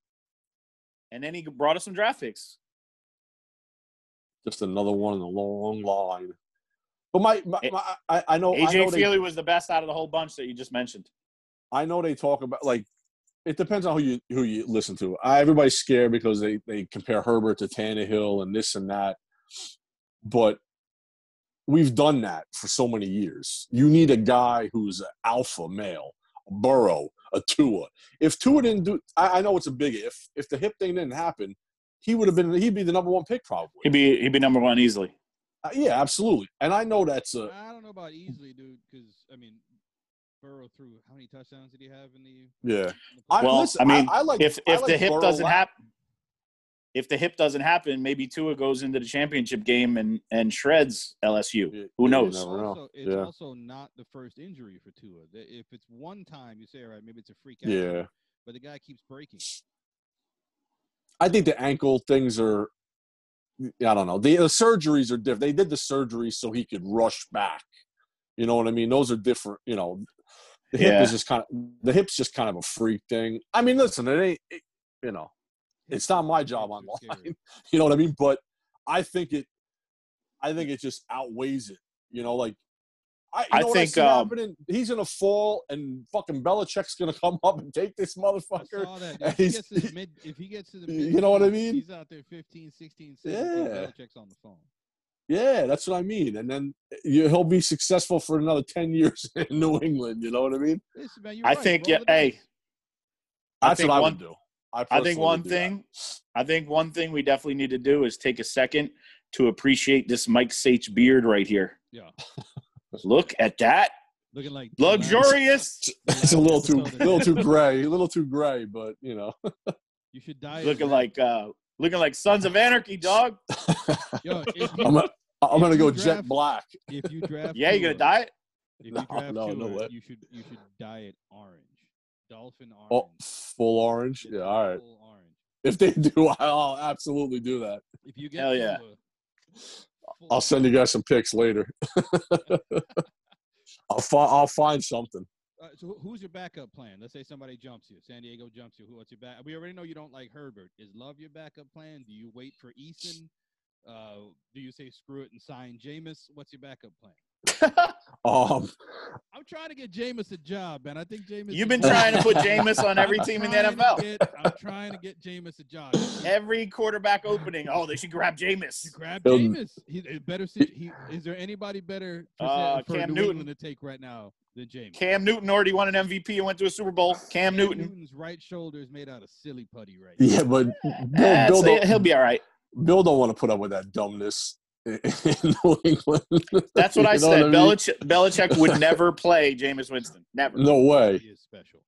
[SPEAKER 2] and then he brought us some draft picks.
[SPEAKER 3] Just another one in the long line. But my, my,
[SPEAKER 2] A-
[SPEAKER 3] my I, Oh, I know I know
[SPEAKER 2] AJ
[SPEAKER 3] they,
[SPEAKER 2] Feely was the best out of the whole bunch that you just mentioned.
[SPEAKER 3] I know they talk about like It depends on who you who you listen to. I, everybody's scared because they they compare Herbert to Tannehill and this and that, but we've done that for so many years. You need a guy who's an alpha male, a Burrow, a Tua. If Tua didn't do, I, I know it's a big if. If the hip thing didn't happen, he would have been he'd be the number one pick probably.
[SPEAKER 2] He'd be he'd be number one easily.
[SPEAKER 3] Uh, yeah, absolutely. And I know that's a
[SPEAKER 1] I don't know about easily, dude, because I mean, Burrow threw how many touchdowns did he have in the? in
[SPEAKER 3] yeah.
[SPEAKER 1] the
[SPEAKER 3] I,
[SPEAKER 1] playoffs?
[SPEAKER 2] Well,
[SPEAKER 3] listen,
[SPEAKER 2] I mean,
[SPEAKER 3] I, like
[SPEAKER 2] if
[SPEAKER 3] I
[SPEAKER 2] if
[SPEAKER 3] like
[SPEAKER 2] the hip
[SPEAKER 3] Burrow
[SPEAKER 2] doesn't
[SPEAKER 3] la-
[SPEAKER 2] happen, if the hip doesn't happen, maybe Tua goes into the championship game and and shreds LSU.
[SPEAKER 3] Yeah,
[SPEAKER 2] Who
[SPEAKER 3] yeah, you
[SPEAKER 2] knows?
[SPEAKER 3] never know.
[SPEAKER 1] also, it's
[SPEAKER 3] Yeah.
[SPEAKER 1] also not the first injury for Tua. The- If it's one time, you say, all right, maybe it's a freak out.
[SPEAKER 3] Yeah.
[SPEAKER 1] But the guy keeps breaking.
[SPEAKER 3] I think the ankle things are. I don't know. The, the surgeries are different. They did the surgery so he could rush back. You know what I mean? Those are different. You know, the hip
[SPEAKER 2] Yeah.
[SPEAKER 3] is just kind of the hip's just kind of a freak thing. I mean, listen, it ain't. It, you know, It's not my job on the
[SPEAKER 1] line.
[SPEAKER 3] you know what I mean. But I think it. I think it just outweighs it. You know, like I. You
[SPEAKER 2] I
[SPEAKER 3] know what
[SPEAKER 2] think,
[SPEAKER 3] I see
[SPEAKER 2] um,
[SPEAKER 3] happening? He's gonna fall, and fucking Belichick's gonna come up and take this motherfucker.
[SPEAKER 1] If he,
[SPEAKER 3] He's-
[SPEAKER 1] gets to the mid, if he gets to the
[SPEAKER 3] You know what I
[SPEAKER 1] mid-teens,
[SPEAKER 3] mean?
[SPEAKER 1] He's out there 15, 16, 17.
[SPEAKER 3] Yeah.
[SPEAKER 1] Belichick's on the phone.
[SPEAKER 3] Yeah, that's what I mean. And then eh, you, he'll be successful for another 10 years in New England. You know what I mean?
[SPEAKER 1] Listen, man, you're
[SPEAKER 2] I
[SPEAKER 1] right.
[SPEAKER 2] think,
[SPEAKER 1] Roll
[SPEAKER 2] yeah,
[SPEAKER 1] the dice.
[SPEAKER 2] hey, I
[SPEAKER 3] That's
[SPEAKER 2] think
[SPEAKER 3] what I
[SPEAKER 2] one-
[SPEAKER 3] would do.
[SPEAKER 2] I
[SPEAKER 3] personally
[SPEAKER 2] think one
[SPEAKER 3] would do that.
[SPEAKER 2] thing, I think one thing we definitely need to do is take a second to appreciate this Mike Sage beard right here.
[SPEAKER 1] Yeah.
[SPEAKER 2] Look at that,
[SPEAKER 1] Looking like the last-
[SPEAKER 2] luxurious.
[SPEAKER 1] the
[SPEAKER 3] It's a
[SPEAKER 1] last
[SPEAKER 3] little too,
[SPEAKER 1] episode of-
[SPEAKER 3] little too gray, a little too gray, but you know.
[SPEAKER 1] You should die. of
[SPEAKER 2] Looking
[SPEAKER 1] that.
[SPEAKER 2] like, uh, looking like Sons of Anarchy, dog.
[SPEAKER 1] Yo, if you,
[SPEAKER 3] I'm gonna, I'm gonna
[SPEAKER 1] you
[SPEAKER 3] go
[SPEAKER 1] draft-
[SPEAKER 3] jet black.
[SPEAKER 1] if you draft,
[SPEAKER 2] Yeah, you gonna
[SPEAKER 1] Tua,
[SPEAKER 2] die it?
[SPEAKER 1] If
[SPEAKER 3] No,
[SPEAKER 1] you draft
[SPEAKER 3] no, no
[SPEAKER 1] Tua,
[SPEAKER 3] way.
[SPEAKER 1] you should you should dye it orange, dolphin orange.
[SPEAKER 3] Oh, full orange.
[SPEAKER 1] Just
[SPEAKER 3] Yeah, all right.
[SPEAKER 1] full orange.
[SPEAKER 3] If they do, I'll absolutely do that.
[SPEAKER 1] If you get
[SPEAKER 2] Hell yeah.
[SPEAKER 1] Tua, full
[SPEAKER 3] I'll send you guys some pics later. I'll find, I'll find something.
[SPEAKER 1] All right, so who- who's your backup plan? Let's say somebody jumps you. San Diego jumps you. Who what's your back? We already know you don't like Herbert. Is Love your backup plan? Do you wait for Eason? Uh, do you say screw it and sign Jameis? What's your backup plan?
[SPEAKER 3] Um,
[SPEAKER 1] I'm trying to get Jameis a job, man. I think Jameis.
[SPEAKER 2] You've
[SPEAKER 1] is
[SPEAKER 2] been
[SPEAKER 1] one-
[SPEAKER 2] trying to put Jameis on every
[SPEAKER 1] I'm
[SPEAKER 2] team in the
[SPEAKER 1] trying to
[SPEAKER 2] NFL.
[SPEAKER 1] get- I'm trying to get Jameis a job.
[SPEAKER 2] Every quarterback opening. Oh, they should grab
[SPEAKER 1] You
[SPEAKER 2] Jameis.
[SPEAKER 1] grab
[SPEAKER 3] Um,
[SPEAKER 1] Jameis. He, a better. si- He, is there anybody better for,
[SPEAKER 2] Uh,
[SPEAKER 1] for
[SPEAKER 2] Cam
[SPEAKER 1] New
[SPEAKER 2] Newton.
[SPEAKER 1] England to take right now than Jameis?
[SPEAKER 2] Cam Newton already won an MVP and went to a Super Bowl. Cam Newton.
[SPEAKER 1] Newton's right shoulder is made out of silly putty right now.
[SPEAKER 3] yeah, but
[SPEAKER 2] Eh,
[SPEAKER 3] Bill, Bill,
[SPEAKER 2] so
[SPEAKER 3] don't-
[SPEAKER 2] he'll be all right.
[SPEAKER 3] Bill don't want to put up with that dumbness in New England.
[SPEAKER 2] That's what I
[SPEAKER 3] You know
[SPEAKER 2] said.
[SPEAKER 3] mean?
[SPEAKER 2] Belich- Belichick would never play Jameis Winston. Never.
[SPEAKER 3] No way.
[SPEAKER 1] He is special.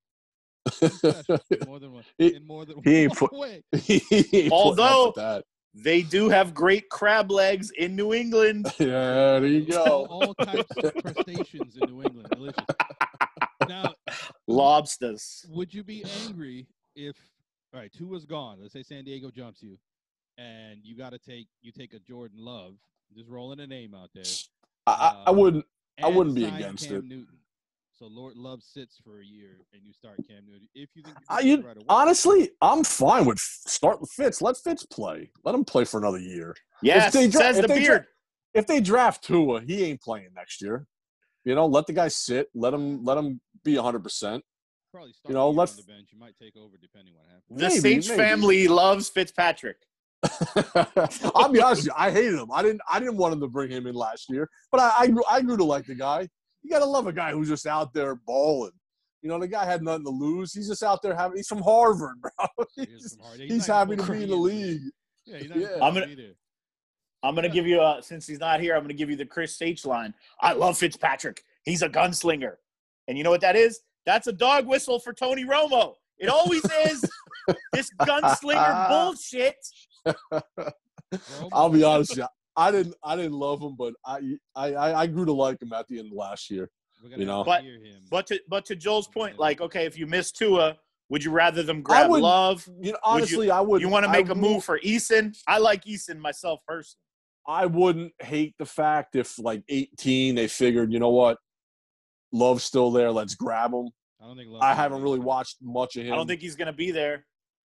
[SPEAKER 1] He's special in more than one.
[SPEAKER 3] He-
[SPEAKER 1] in more than
[SPEAKER 3] he ain't
[SPEAKER 1] one
[SPEAKER 3] put-
[SPEAKER 1] way.
[SPEAKER 3] He ain't putting up
[SPEAKER 2] Although-
[SPEAKER 3] with that.
[SPEAKER 2] They do have great crab legs in New England.
[SPEAKER 3] yeah, there you
[SPEAKER 1] All-
[SPEAKER 3] go.
[SPEAKER 1] All types of crustaceans in New England. Delicious. Now,
[SPEAKER 2] Lobsters.
[SPEAKER 1] would you be angry if all right two was gone let's say san diego jumps you and you got to take you take a jordan love just rolling a name out there
[SPEAKER 3] I, I, I wouldn't. I
[SPEAKER 1] and
[SPEAKER 3] wouldn't be
[SPEAKER 1] sign
[SPEAKER 3] against
[SPEAKER 1] Cam
[SPEAKER 3] it.
[SPEAKER 1] newton so lord love sits for a year and you start cam newton if you think
[SPEAKER 3] I,
[SPEAKER 1] can do it
[SPEAKER 3] you,
[SPEAKER 1] right away.
[SPEAKER 3] honestly, I'm fine with start with Fitz. Let Fitz play. Let him play for another year.
[SPEAKER 2] Yes,
[SPEAKER 3] they dra-
[SPEAKER 2] says
[SPEAKER 3] if
[SPEAKER 2] the
[SPEAKER 3] they dra-
[SPEAKER 2] beard.
[SPEAKER 3] If they draft Tua, he ain't playing next year. You know, let the guy sit. Let him. Let him be 100. percent
[SPEAKER 1] probably start
[SPEAKER 3] you know,
[SPEAKER 1] the year
[SPEAKER 3] let's-
[SPEAKER 1] on the bench you might take over depending what happens
[SPEAKER 2] The
[SPEAKER 3] Maybe,
[SPEAKER 2] Sage
[SPEAKER 3] maybe.
[SPEAKER 2] family loves Fitzpatrick.
[SPEAKER 3] I'll be honest with you. I hated him. I didn't. I didn't want him to bring him in last year, but I, I, grew, I grew to like the guy. You gotta love a guy who's just out there balling. You know, the guy had nothing to lose. He's just out there having. He's from Harvard, bro.
[SPEAKER 1] He is
[SPEAKER 3] He's,
[SPEAKER 1] from Harvard. He's
[SPEAKER 3] he's
[SPEAKER 1] not
[SPEAKER 3] happy
[SPEAKER 1] even
[SPEAKER 3] to be in the
[SPEAKER 1] close to
[SPEAKER 3] league.
[SPEAKER 1] yeah you're not
[SPEAKER 3] Yeah.
[SPEAKER 1] even
[SPEAKER 2] I'm
[SPEAKER 1] gonna
[SPEAKER 2] gonna-
[SPEAKER 1] be there.
[SPEAKER 2] I'm gonna give you a since he's not here. I'm gonna give you the Chris Sage line. I love Fitzpatrick. He's a gunslinger, and you know what that is? That's a dog whistle for Tony Romo. It always is. this gunslinger bullshit.
[SPEAKER 1] Romo-
[SPEAKER 3] I'll be honest with you. I didn't. I didn't love him, but I, I, I- I grew to like him at the end of last year.
[SPEAKER 1] we're gonna
[SPEAKER 3] you know.
[SPEAKER 1] have to
[SPEAKER 2] But-
[SPEAKER 1] hear him.
[SPEAKER 2] But to but to Joel's point, like okay, if you miss Tua, would you rather them grab
[SPEAKER 3] I would-
[SPEAKER 2] Love?
[SPEAKER 3] You know, honestly, I would.
[SPEAKER 2] You want to
[SPEAKER 3] I
[SPEAKER 2] make a move for Eason? I like Eason myself personally.
[SPEAKER 3] I wouldn't hate the fact if, like, 18, they figured, you know what, Love's still there. Let's grab him.
[SPEAKER 1] i don't think Love's
[SPEAKER 3] I
[SPEAKER 1] gonna
[SPEAKER 3] haven't
[SPEAKER 1] be
[SPEAKER 3] really
[SPEAKER 1] there.
[SPEAKER 3] watched much of him.
[SPEAKER 2] I don't think he's gonna be there.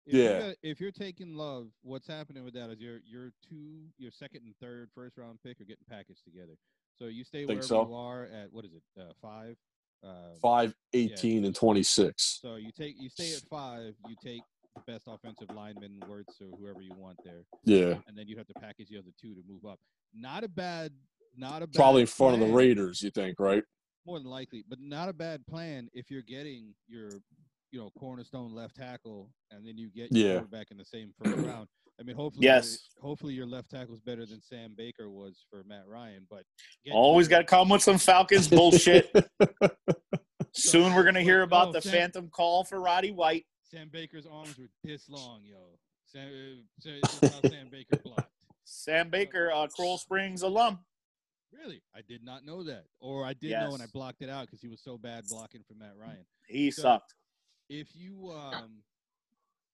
[SPEAKER 1] If you're
[SPEAKER 3] Yeah.
[SPEAKER 1] gonna- if you're taking love, what's happening with that is your your two, your second and third first round pick are getting packaged together. So you stay
[SPEAKER 3] Think
[SPEAKER 1] wherever
[SPEAKER 3] so?
[SPEAKER 1] you are at what is it uh, five? Um,
[SPEAKER 3] Five, eighteen, and 26.
[SPEAKER 1] So you take you stay at five. You take the best offensive lineman, Wirtz, or whoever you want there,
[SPEAKER 3] Yeah.
[SPEAKER 1] and then you have to package the other two to move up. Not a bad, not a bad
[SPEAKER 3] Probably in front of the
[SPEAKER 1] plan,
[SPEAKER 3] Raiders, you think, right?
[SPEAKER 1] More than likely, but not a bad plan if you're getting your, you know, cornerstone left tackle, and then you get
[SPEAKER 3] Yeah.
[SPEAKER 1] your quarterback in the same first round. I mean, hopefully,
[SPEAKER 2] Yes.
[SPEAKER 1] Hopefully, your left tackle's better than Sam Baker was for Matt Ryan, but get
[SPEAKER 2] Always got
[SPEAKER 1] your-
[SPEAKER 2] to come with some Falcons bullshit. Soon we're going to hear
[SPEAKER 1] Oh,
[SPEAKER 2] about the
[SPEAKER 1] Sam-
[SPEAKER 2] phantom call for Roddy White.
[SPEAKER 1] Sam Baker's arms were this long, yo. Sam, uh, Sam, this is how Sam Baker blocked.
[SPEAKER 2] Sam Baker, uh, Coral Springs alum.
[SPEAKER 1] Really, I did not know that, or I did know and I
[SPEAKER 2] Yes.
[SPEAKER 1] blocked it out because he was so bad blocking for Matt Ryan.
[SPEAKER 2] He
[SPEAKER 1] So-
[SPEAKER 2] sucked.
[SPEAKER 1] If you, um,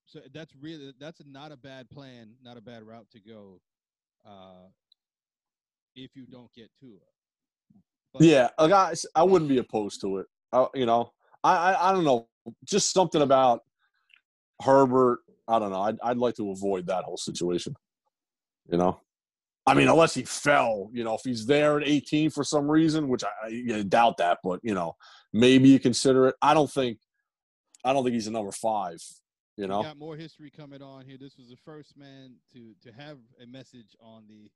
[SPEAKER 1] so that's really that's not a bad plan, not a bad route to go. Uh, if you don't get Tua, but um,
[SPEAKER 3] Yeah, like I, I wouldn't be opposed to it. I, you know, I, I, I don't know, just something about Herbert. I don't know. I'd, I'd like to avoid that whole situation. You know, I mean, unless he fell. You know, if he's there at 18 for some reason, which I, I doubt that, but you know, maybe you consider it. I don't think, I don't think he's a number five. You
[SPEAKER 1] we
[SPEAKER 3] know,
[SPEAKER 1] got more history coming on here. This was the first man to to have a message on the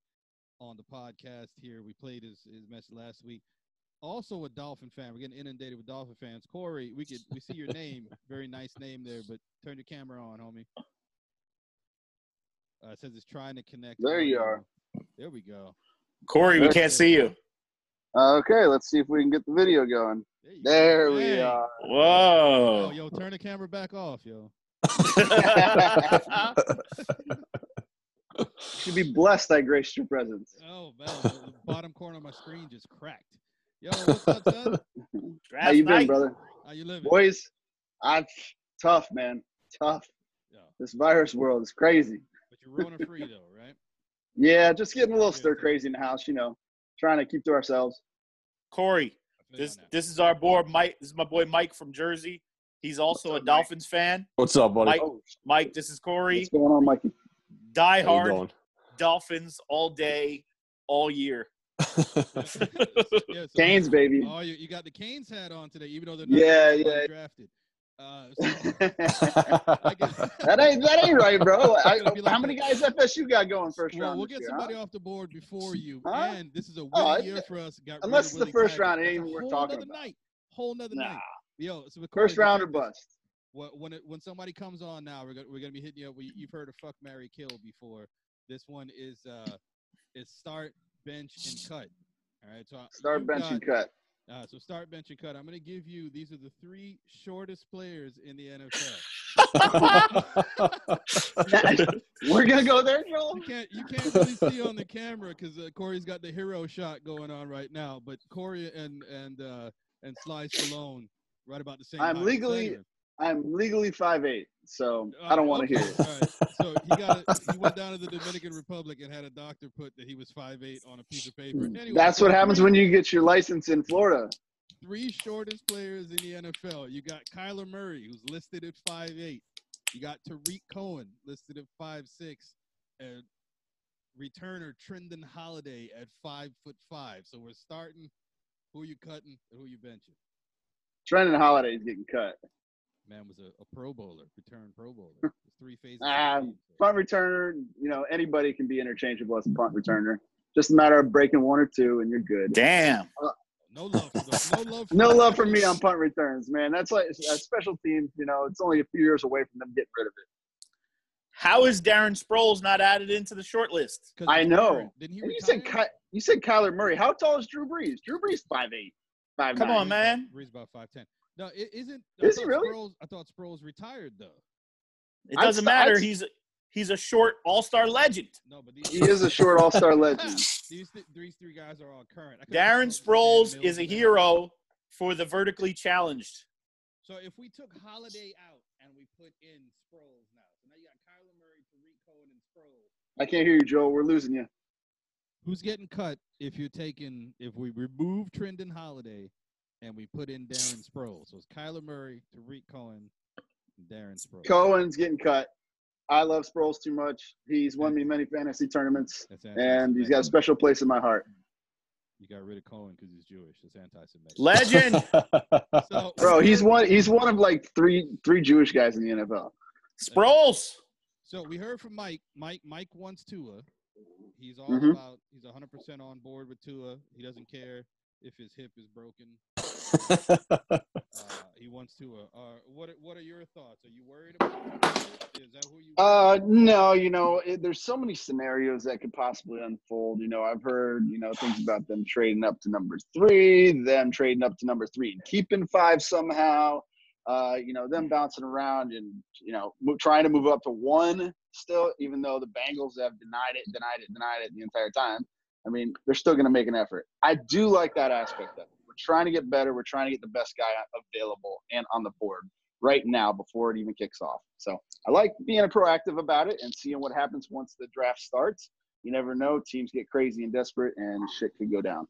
[SPEAKER 1] on the podcast here. We played his, his message last week. Also a Dolphin fan. We're getting inundated with Dolphin fans. Corey, we could we see your name, very nice name there, but turn your camera on, homie. Uh, it says it's trying to connect.
[SPEAKER 4] There you
[SPEAKER 1] audio. There we go.
[SPEAKER 2] Corey, we
[SPEAKER 4] Sure.
[SPEAKER 2] can't see you.
[SPEAKER 4] Okay, let's see if we can get the video going.
[SPEAKER 1] There, you go.
[SPEAKER 4] There we
[SPEAKER 1] Hey.
[SPEAKER 4] are.
[SPEAKER 1] Oh,
[SPEAKER 2] Whoa.
[SPEAKER 1] yo, turn the camera back off, yo.
[SPEAKER 4] Should be blessed I graced your presence.
[SPEAKER 1] Oh man, the bottom corner of my screen just cracked. Yo, what's up, son?
[SPEAKER 4] How
[SPEAKER 2] Draft
[SPEAKER 4] you been,
[SPEAKER 2] night.
[SPEAKER 4] brother?
[SPEAKER 1] How you living?
[SPEAKER 4] Boys, I'm tough, man. Tough.
[SPEAKER 1] Yo,
[SPEAKER 4] This virus world is crazy.
[SPEAKER 1] but you're Rona free though, right?
[SPEAKER 4] Yeah, just getting a little stir crazy in the house, you know, trying to keep to ourselves.
[SPEAKER 2] Corey,
[SPEAKER 1] I feel you
[SPEAKER 2] this
[SPEAKER 1] on that.
[SPEAKER 2] this is our boy Mike. This is my boy Mike from Jersey. He's also a
[SPEAKER 4] What's up, Mike?
[SPEAKER 2] Dolphins fan.
[SPEAKER 3] what's up, buddy?
[SPEAKER 2] Mike,
[SPEAKER 4] Oh,
[SPEAKER 2] Mike, this is Corey.
[SPEAKER 4] what's going on, Mikey?
[SPEAKER 2] Die
[SPEAKER 3] How you
[SPEAKER 2] hard
[SPEAKER 3] doing?
[SPEAKER 2] Dolphins all day, all year.
[SPEAKER 1] Yeah, so
[SPEAKER 4] Canes, baby.
[SPEAKER 1] Oh, you, you got the Canes hat on today, even though they're not
[SPEAKER 4] Yeah,
[SPEAKER 1] they're
[SPEAKER 4] yeah.
[SPEAKER 1] drafted. Uh, so
[SPEAKER 4] that
[SPEAKER 1] I guess,
[SPEAKER 4] ain't that ain't right, bro. I,
[SPEAKER 1] It'll be like
[SPEAKER 4] how many guys FSU got going first
[SPEAKER 1] well,
[SPEAKER 4] round?
[SPEAKER 1] we'll
[SPEAKER 4] this
[SPEAKER 1] get
[SPEAKER 4] year, huh?
[SPEAKER 1] somebody off the board before you,
[SPEAKER 4] Huh?
[SPEAKER 1] and this is a
[SPEAKER 4] Oh,
[SPEAKER 1] winning
[SPEAKER 4] it-
[SPEAKER 1] year for us. Got rid of
[SPEAKER 4] unless it's the
[SPEAKER 1] Willie
[SPEAKER 4] first
[SPEAKER 1] Taggart.
[SPEAKER 4] round, it
[SPEAKER 1] That's
[SPEAKER 4] ain't
[SPEAKER 1] a
[SPEAKER 4] even worth
[SPEAKER 1] whole
[SPEAKER 4] talking
[SPEAKER 1] nother
[SPEAKER 4] about.
[SPEAKER 1] Night, whole nother
[SPEAKER 4] Nah.
[SPEAKER 1] night. Yo, so
[SPEAKER 4] First round or
[SPEAKER 1] bust.
[SPEAKER 4] bust.
[SPEAKER 1] When it, when somebody comes on now, we're gonna, we're gonna be hitting you up. We, you've heard of fuck, Mary kill before. This one is uh, is start, bench, and cut. All right, so
[SPEAKER 4] Start
[SPEAKER 1] you've
[SPEAKER 4] bench
[SPEAKER 1] got-
[SPEAKER 4] and cut.
[SPEAKER 1] Uh, so start, bench, and cut. I'm going to give you these are the three shortest players in the NFL.
[SPEAKER 4] We're gonna go there, Joel.
[SPEAKER 1] You can't you can't really see on the camera because uh, Corey's got the hero shot going on right now. But Corey and and uh, and Sly Stallone right about the same.
[SPEAKER 4] I'm
[SPEAKER 1] height,
[SPEAKER 4] legally-
[SPEAKER 1] center.
[SPEAKER 4] I'm legally five eight, so
[SPEAKER 1] Uh,
[SPEAKER 4] I don't want to
[SPEAKER 1] okay,
[SPEAKER 4] hear it.
[SPEAKER 1] all right. So he got a, he went down to the Dominican Republic and had a doctor put that he was five eight on a piece of paper. Anyway,
[SPEAKER 4] That's what happens when you get your license in Florida.
[SPEAKER 1] three shortest players in the NFL. You got Kyler Murray, who's listed at 5'8. You got Tariq Cohen, listed at 5'6. And returner Trendon Holiday at 5'5. So we're starting. Who you cutting and who you benching?
[SPEAKER 4] Trenton Holiday is getting cut.
[SPEAKER 1] Man was a, a Pro Bowler, return Pro Bowler. Three phases.
[SPEAKER 4] Ah, Punt returner, you know, anybody can be interchangeable as a punt returner. Just a matter of breaking one or two, and you're good.
[SPEAKER 2] Damn.
[SPEAKER 1] no love for those. No love for
[SPEAKER 4] No
[SPEAKER 1] those.
[SPEAKER 4] love for me on punt returns, man. That's like a special team. You know, it's only a few years away from them getting rid of it.
[SPEAKER 2] How is Darren Sproles not added into the short list?
[SPEAKER 1] 'Cause
[SPEAKER 4] I
[SPEAKER 1] he's
[SPEAKER 4] know.
[SPEAKER 1] retiring. Didn't he
[SPEAKER 4] And you
[SPEAKER 1] retire?
[SPEAKER 4] said Ky- you said Kyler Murray. How tall is Drew Brees? Drew Brees five eight, five
[SPEAKER 2] Come
[SPEAKER 4] nine.
[SPEAKER 2] on, man.
[SPEAKER 1] Breeze about 5'10. No, it isn't. I
[SPEAKER 4] Is he
[SPEAKER 1] thought
[SPEAKER 4] really?
[SPEAKER 1] Sproles- I thought Sproles retired, though.
[SPEAKER 2] It
[SPEAKER 4] I'd
[SPEAKER 2] doesn't
[SPEAKER 4] st-
[SPEAKER 2] matter.
[SPEAKER 4] I'd-
[SPEAKER 2] He's he's a short all-star legend.
[SPEAKER 1] No, but these
[SPEAKER 4] He is a short All Star legend.
[SPEAKER 1] these th- these three guys are all current. I could've
[SPEAKER 2] Darren
[SPEAKER 1] just thrown
[SPEAKER 2] Sproles
[SPEAKER 1] Dan
[SPEAKER 2] is a
[SPEAKER 1] Mills in.
[SPEAKER 2] hero for the vertically challenged.
[SPEAKER 1] So if we took Holiday out and we put in Sproles now, so now you got Kyler Murray, Tariq Cohen, and Sproles.
[SPEAKER 4] I can't hear you, Joel. We're losing you.
[SPEAKER 1] Who's getting cut if you're taking if we remove Trendon Holiday and we put in Darren Sproles? So it's Kyler Murray, Tariq Cohen, and Darren Sproles.
[SPEAKER 4] Cohen's getting cut. I love Sproles too much. He's won me many fantasy tournaments,
[SPEAKER 1] That's fantastic.
[SPEAKER 4] and he's got a special place in my heart.
[SPEAKER 1] You got rid of Cohen because he's Jewish. That's anti-Semitic.
[SPEAKER 2] Legend.
[SPEAKER 1] So-
[SPEAKER 4] Bro, he's one. He's one of like three three Jewish guys in the NFL.
[SPEAKER 2] Sproles.
[SPEAKER 1] So we heard from Mike. Mike Mike wants Tua. He's all
[SPEAKER 4] Mhm.
[SPEAKER 1] about. He's 100 percent on board with Tua. He doesn't care if his hip is broken. Uh, he wants Tua. Uh, what are- What are your thoughts? Are you worried about? Tua? Is that who you?
[SPEAKER 4] Uh, no, you know, it, there's so many scenarios that could possibly unfold. You know, I've heard, you know, things about them trading up to number three, them trading up to number three and keeping five somehow. Uh, you know, them bouncing around and you know mo- trying to move up to one still, even though the Bengals have denied it, denied it, denied it the entire time. I mean, they're still going to make an effort. I do like that aspect of it. We're trying to get better. We're trying to get the best guy available and on the board right now before it even kicks off. So I like being proactive about it and seeing what happens once the draft starts. You never know. Teams get crazy and desperate, and shit could go down.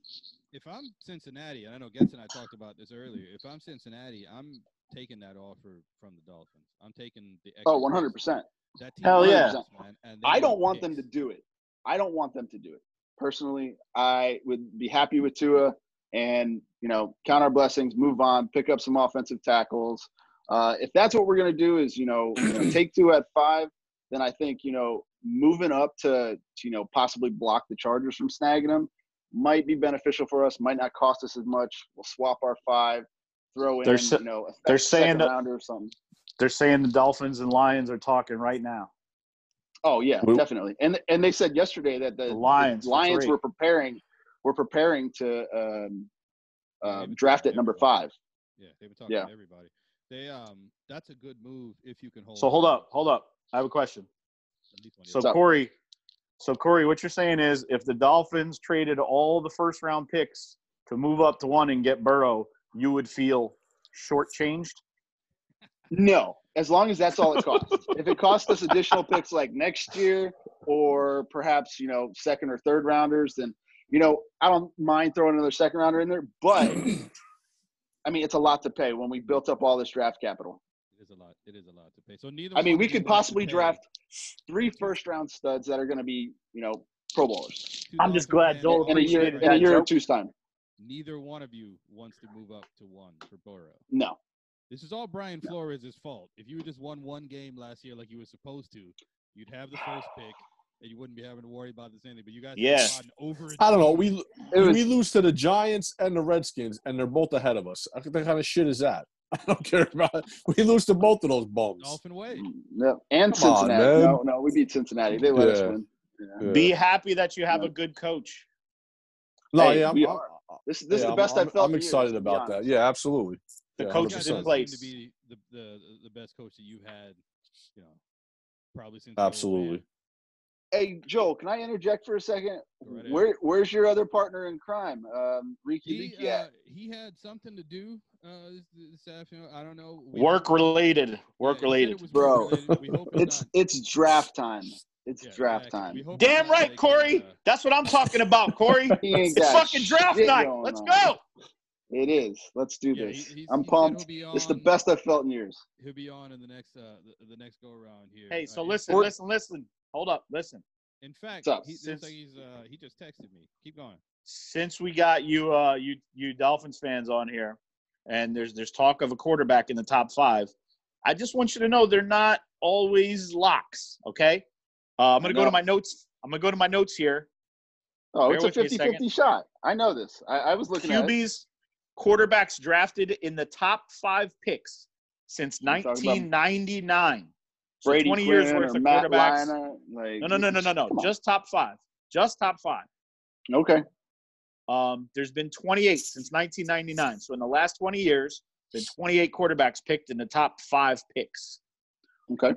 [SPEAKER 1] if I'm Cincinnati, and I know Getz and I talked about this earlier. If I'm Cincinnati, I'm taking that offer from the Dolphins. I'm taking the.
[SPEAKER 4] Oh,
[SPEAKER 1] extra
[SPEAKER 4] 100%.
[SPEAKER 1] pick. That team
[SPEAKER 4] Hell
[SPEAKER 1] sucks,
[SPEAKER 4] yeah.
[SPEAKER 1] man, and they
[SPEAKER 4] I
[SPEAKER 1] have
[SPEAKER 4] don't want them
[SPEAKER 1] picks.
[SPEAKER 4] to do it. I don't want them to do it. Personally, I would be happy with Tua and, you know, count our blessings, move on, pick up some offensive tackles. Uh, if that's what we're going to do is, you know, you know, take Tua at five, then I think, you know, moving up to, to, you know, possibly block the Chargers from snagging them might be beneficial for us, might not cost us as much. We'll swap our five, throw in,
[SPEAKER 2] They're sa-
[SPEAKER 4] you know, a
[SPEAKER 2] they're saying
[SPEAKER 4] second
[SPEAKER 2] that-
[SPEAKER 4] rounder or something.
[SPEAKER 2] They're saying the Dolphins and Lions are talking right now.
[SPEAKER 4] Oh yeah,
[SPEAKER 3] We-
[SPEAKER 4] definitely. And and they said yesterday that the,
[SPEAKER 2] The Lions
[SPEAKER 4] the
[SPEAKER 2] for
[SPEAKER 4] Lions
[SPEAKER 2] three.
[SPEAKER 4] were preparing were preparing to um, uh,
[SPEAKER 1] Maybe
[SPEAKER 4] draft
[SPEAKER 1] they
[SPEAKER 4] at number
[SPEAKER 1] will.
[SPEAKER 4] five.
[SPEAKER 1] Yeah, they've been talking
[SPEAKER 4] Yeah.
[SPEAKER 1] to everybody. They um, that's a good move if you can hold.
[SPEAKER 2] So hold
[SPEAKER 1] on.
[SPEAKER 2] up, hold up. I have a question.
[SPEAKER 1] At least one of
[SPEAKER 2] So
[SPEAKER 1] the-
[SPEAKER 4] What's up?
[SPEAKER 2] Corey, so Corey, what you're saying is if the Dolphins traded all the first round picks to move up to one and get Burrow, you would feel shortchanged.
[SPEAKER 4] No, as long as that's all it costs. if it costs us additional picks like next year or perhaps you know second or third rounders, then you know I don't mind throwing another second rounder in there. But I mean, it's a lot to pay when we built up all this draft capital.
[SPEAKER 1] it is a lot. It is a lot to pay. So neither.
[SPEAKER 4] I mean,
[SPEAKER 1] one
[SPEAKER 4] we
[SPEAKER 1] of you
[SPEAKER 4] could
[SPEAKER 1] wants to
[SPEAKER 4] possibly
[SPEAKER 1] pay
[SPEAKER 4] draft three first round studs that are going to be you know Pro Bowlers.
[SPEAKER 2] I'm just
[SPEAKER 1] $2,000
[SPEAKER 2] glad
[SPEAKER 1] and
[SPEAKER 2] Joel
[SPEAKER 1] all
[SPEAKER 4] in a
[SPEAKER 1] these
[SPEAKER 4] year
[SPEAKER 2] appreciated
[SPEAKER 1] players.
[SPEAKER 4] in a
[SPEAKER 2] that
[SPEAKER 4] year or
[SPEAKER 2] joke.
[SPEAKER 4] two's time.
[SPEAKER 1] Neither one of you wants to move up to one for Burrow.
[SPEAKER 4] No.
[SPEAKER 1] This is all Brian Flores' fault. If you just won one game last year like you were supposed to, you'd have the first pick and you wouldn't be having to worry about this anything. But you guys
[SPEAKER 2] Yeah.
[SPEAKER 1] have over
[SPEAKER 3] I don't know. We
[SPEAKER 4] It was,
[SPEAKER 3] we lose to the Giants and the Redskins, and they're both ahead of us. What kind of shit is that? I don't care about it. We lose to both of those bums.
[SPEAKER 1] Dolphin way.
[SPEAKER 4] Mm, no, and
[SPEAKER 3] Come on,
[SPEAKER 4] Cincinnati.
[SPEAKER 3] man.
[SPEAKER 4] no, no, we beat Cincinnati. They let us
[SPEAKER 3] Yeah.
[SPEAKER 4] win.
[SPEAKER 2] Be happy that you have a good coach.
[SPEAKER 3] no,
[SPEAKER 4] Hey,
[SPEAKER 3] yeah, I'm,
[SPEAKER 4] we
[SPEAKER 3] I'm-
[SPEAKER 4] are. This, this is
[SPEAKER 3] yeah,
[SPEAKER 4] the best
[SPEAKER 3] I'm,
[SPEAKER 4] I've felt.
[SPEAKER 3] I'm
[SPEAKER 4] in years,
[SPEAKER 3] excited
[SPEAKER 4] to be
[SPEAKER 3] about that.
[SPEAKER 4] honest.
[SPEAKER 3] Yeah, absolutely.
[SPEAKER 2] The
[SPEAKER 3] Yeah,
[SPEAKER 1] You
[SPEAKER 2] coach
[SPEAKER 1] guys
[SPEAKER 2] is
[SPEAKER 3] 100%.
[SPEAKER 2] in
[SPEAKER 1] doesn't
[SPEAKER 2] place.
[SPEAKER 1] seem to be the, the the best coach that you've had, you know, probably since the old man.
[SPEAKER 3] Absolutely.
[SPEAKER 4] Hey, Joel, can I interject for a second?
[SPEAKER 1] Go right
[SPEAKER 4] Where, where's your other partner in crime, um, Ricky?
[SPEAKER 1] He
[SPEAKER 4] yeah,
[SPEAKER 1] uh, he had something to do uh, this, this afternoon. I don't know. We
[SPEAKER 2] Work
[SPEAKER 1] hope-
[SPEAKER 2] related.
[SPEAKER 1] yeah, he
[SPEAKER 2] Work
[SPEAKER 1] said it
[SPEAKER 2] related.
[SPEAKER 1] was
[SPEAKER 4] Bro.
[SPEAKER 1] work-related. We hope it's not.
[SPEAKER 4] it's it's draft time. It's
[SPEAKER 1] uh, Yeah,
[SPEAKER 4] draft
[SPEAKER 1] exactly. We
[SPEAKER 4] time.
[SPEAKER 1] hope it's
[SPEAKER 2] Damn
[SPEAKER 1] not
[SPEAKER 2] right,
[SPEAKER 1] like,
[SPEAKER 2] Corey.
[SPEAKER 1] uh,
[SPEAKER 2] That's what I'm talking about, Corey.
[SPEAKER 4] He ain't
[SPEAKER 2] It's
[SPEAKER 4] got
[SPEAKER 2] fucking draft
[SPEAKER 4] shit
[SPEAKER 2] night.
[SPEAKER 4] going
[SPEAKER 2] Let's
[SPEAKER 4] on.
[SPEAKER 2] go.
[SPEAKER 4] It is. Let's do
[SPEAKER 1] yeah,
[SPEAKER 4] this.
[SPEAKER 1] he- he's-
[SPEAKER 4] I'm
[SPEAKER 1] he said he'll
[SPEAKER 4] pumped.
[SPEAKER 1] be
[SPEAKER 4] It's the
[SPEAKER 1] on-
[SPEAKER 4] best I've felt in years.
[SPEAKER 1] He'll be on in the next uh, the, the next go around here.
[SPEAKER 2] Hey,
[SPEAKER 1] Uh,
[SPEAKER 2] so
[SPEAKER 1] in-
[SPEAKER 2] listen,
[SPEAKER 4] Or-
[SPEAKER 2] listen, listen. Hold up, listen.
[SPEAKER 1] In fact,
[SPEAKER 4] up?
[SPEAKER 1] he, it's
[SPEAKER 2] Since-
[SPEAKER 1] like he's uh, he just texted me. Keep going.
[SPEAKER 2] since we got you uh you you Dolphins fans on here and there's there's talk of a quarterback in the top 5. I just want you to know they're not always locks, okay? Uh, I'm going to go
[SPEAKER 4] know.
[SPEAKER 2] to my notes. I'm going to go to my notes here.
[SPEAKER 4] Oh,
[SPEAKER 2] Bear
[SPEAKER 4] it's a
[SPEAKER 2] with me a second.
[SPEAKER 4] 50-50 shot. I know this. I, I was looking at it.
[SPEAKER 2] QBs quarterbacks drafted in the top 5 picks since
[SPEAKER 4] You're talking about
[SPEAKER 2] 1999. So
[SPEAKER 4] Brady
[SPEAKER 2] 20 years
[SPEAKER 4] Quinn
[SPEAKER 2] worth
[SPEAKER 4] or
[SPEAKER 2] of
[SPEAKER 4] Matt
[SPEAKER 2] quarterbacks.
[SPEAKER 4] Leinart, like,
[SPEAKER 2] No, no, no, no, no, no.
[SPEAKER 4] come on.
[SPEAKER 2] Just top 5. Just top 5.
[SPEAKER 4] okay.
[SPEAKER 2] Um, there's been 28 since 1999. So in the last 20 years, been 28 quarterbacks picked in the top five picks.
[SPEAKER 4] Okay.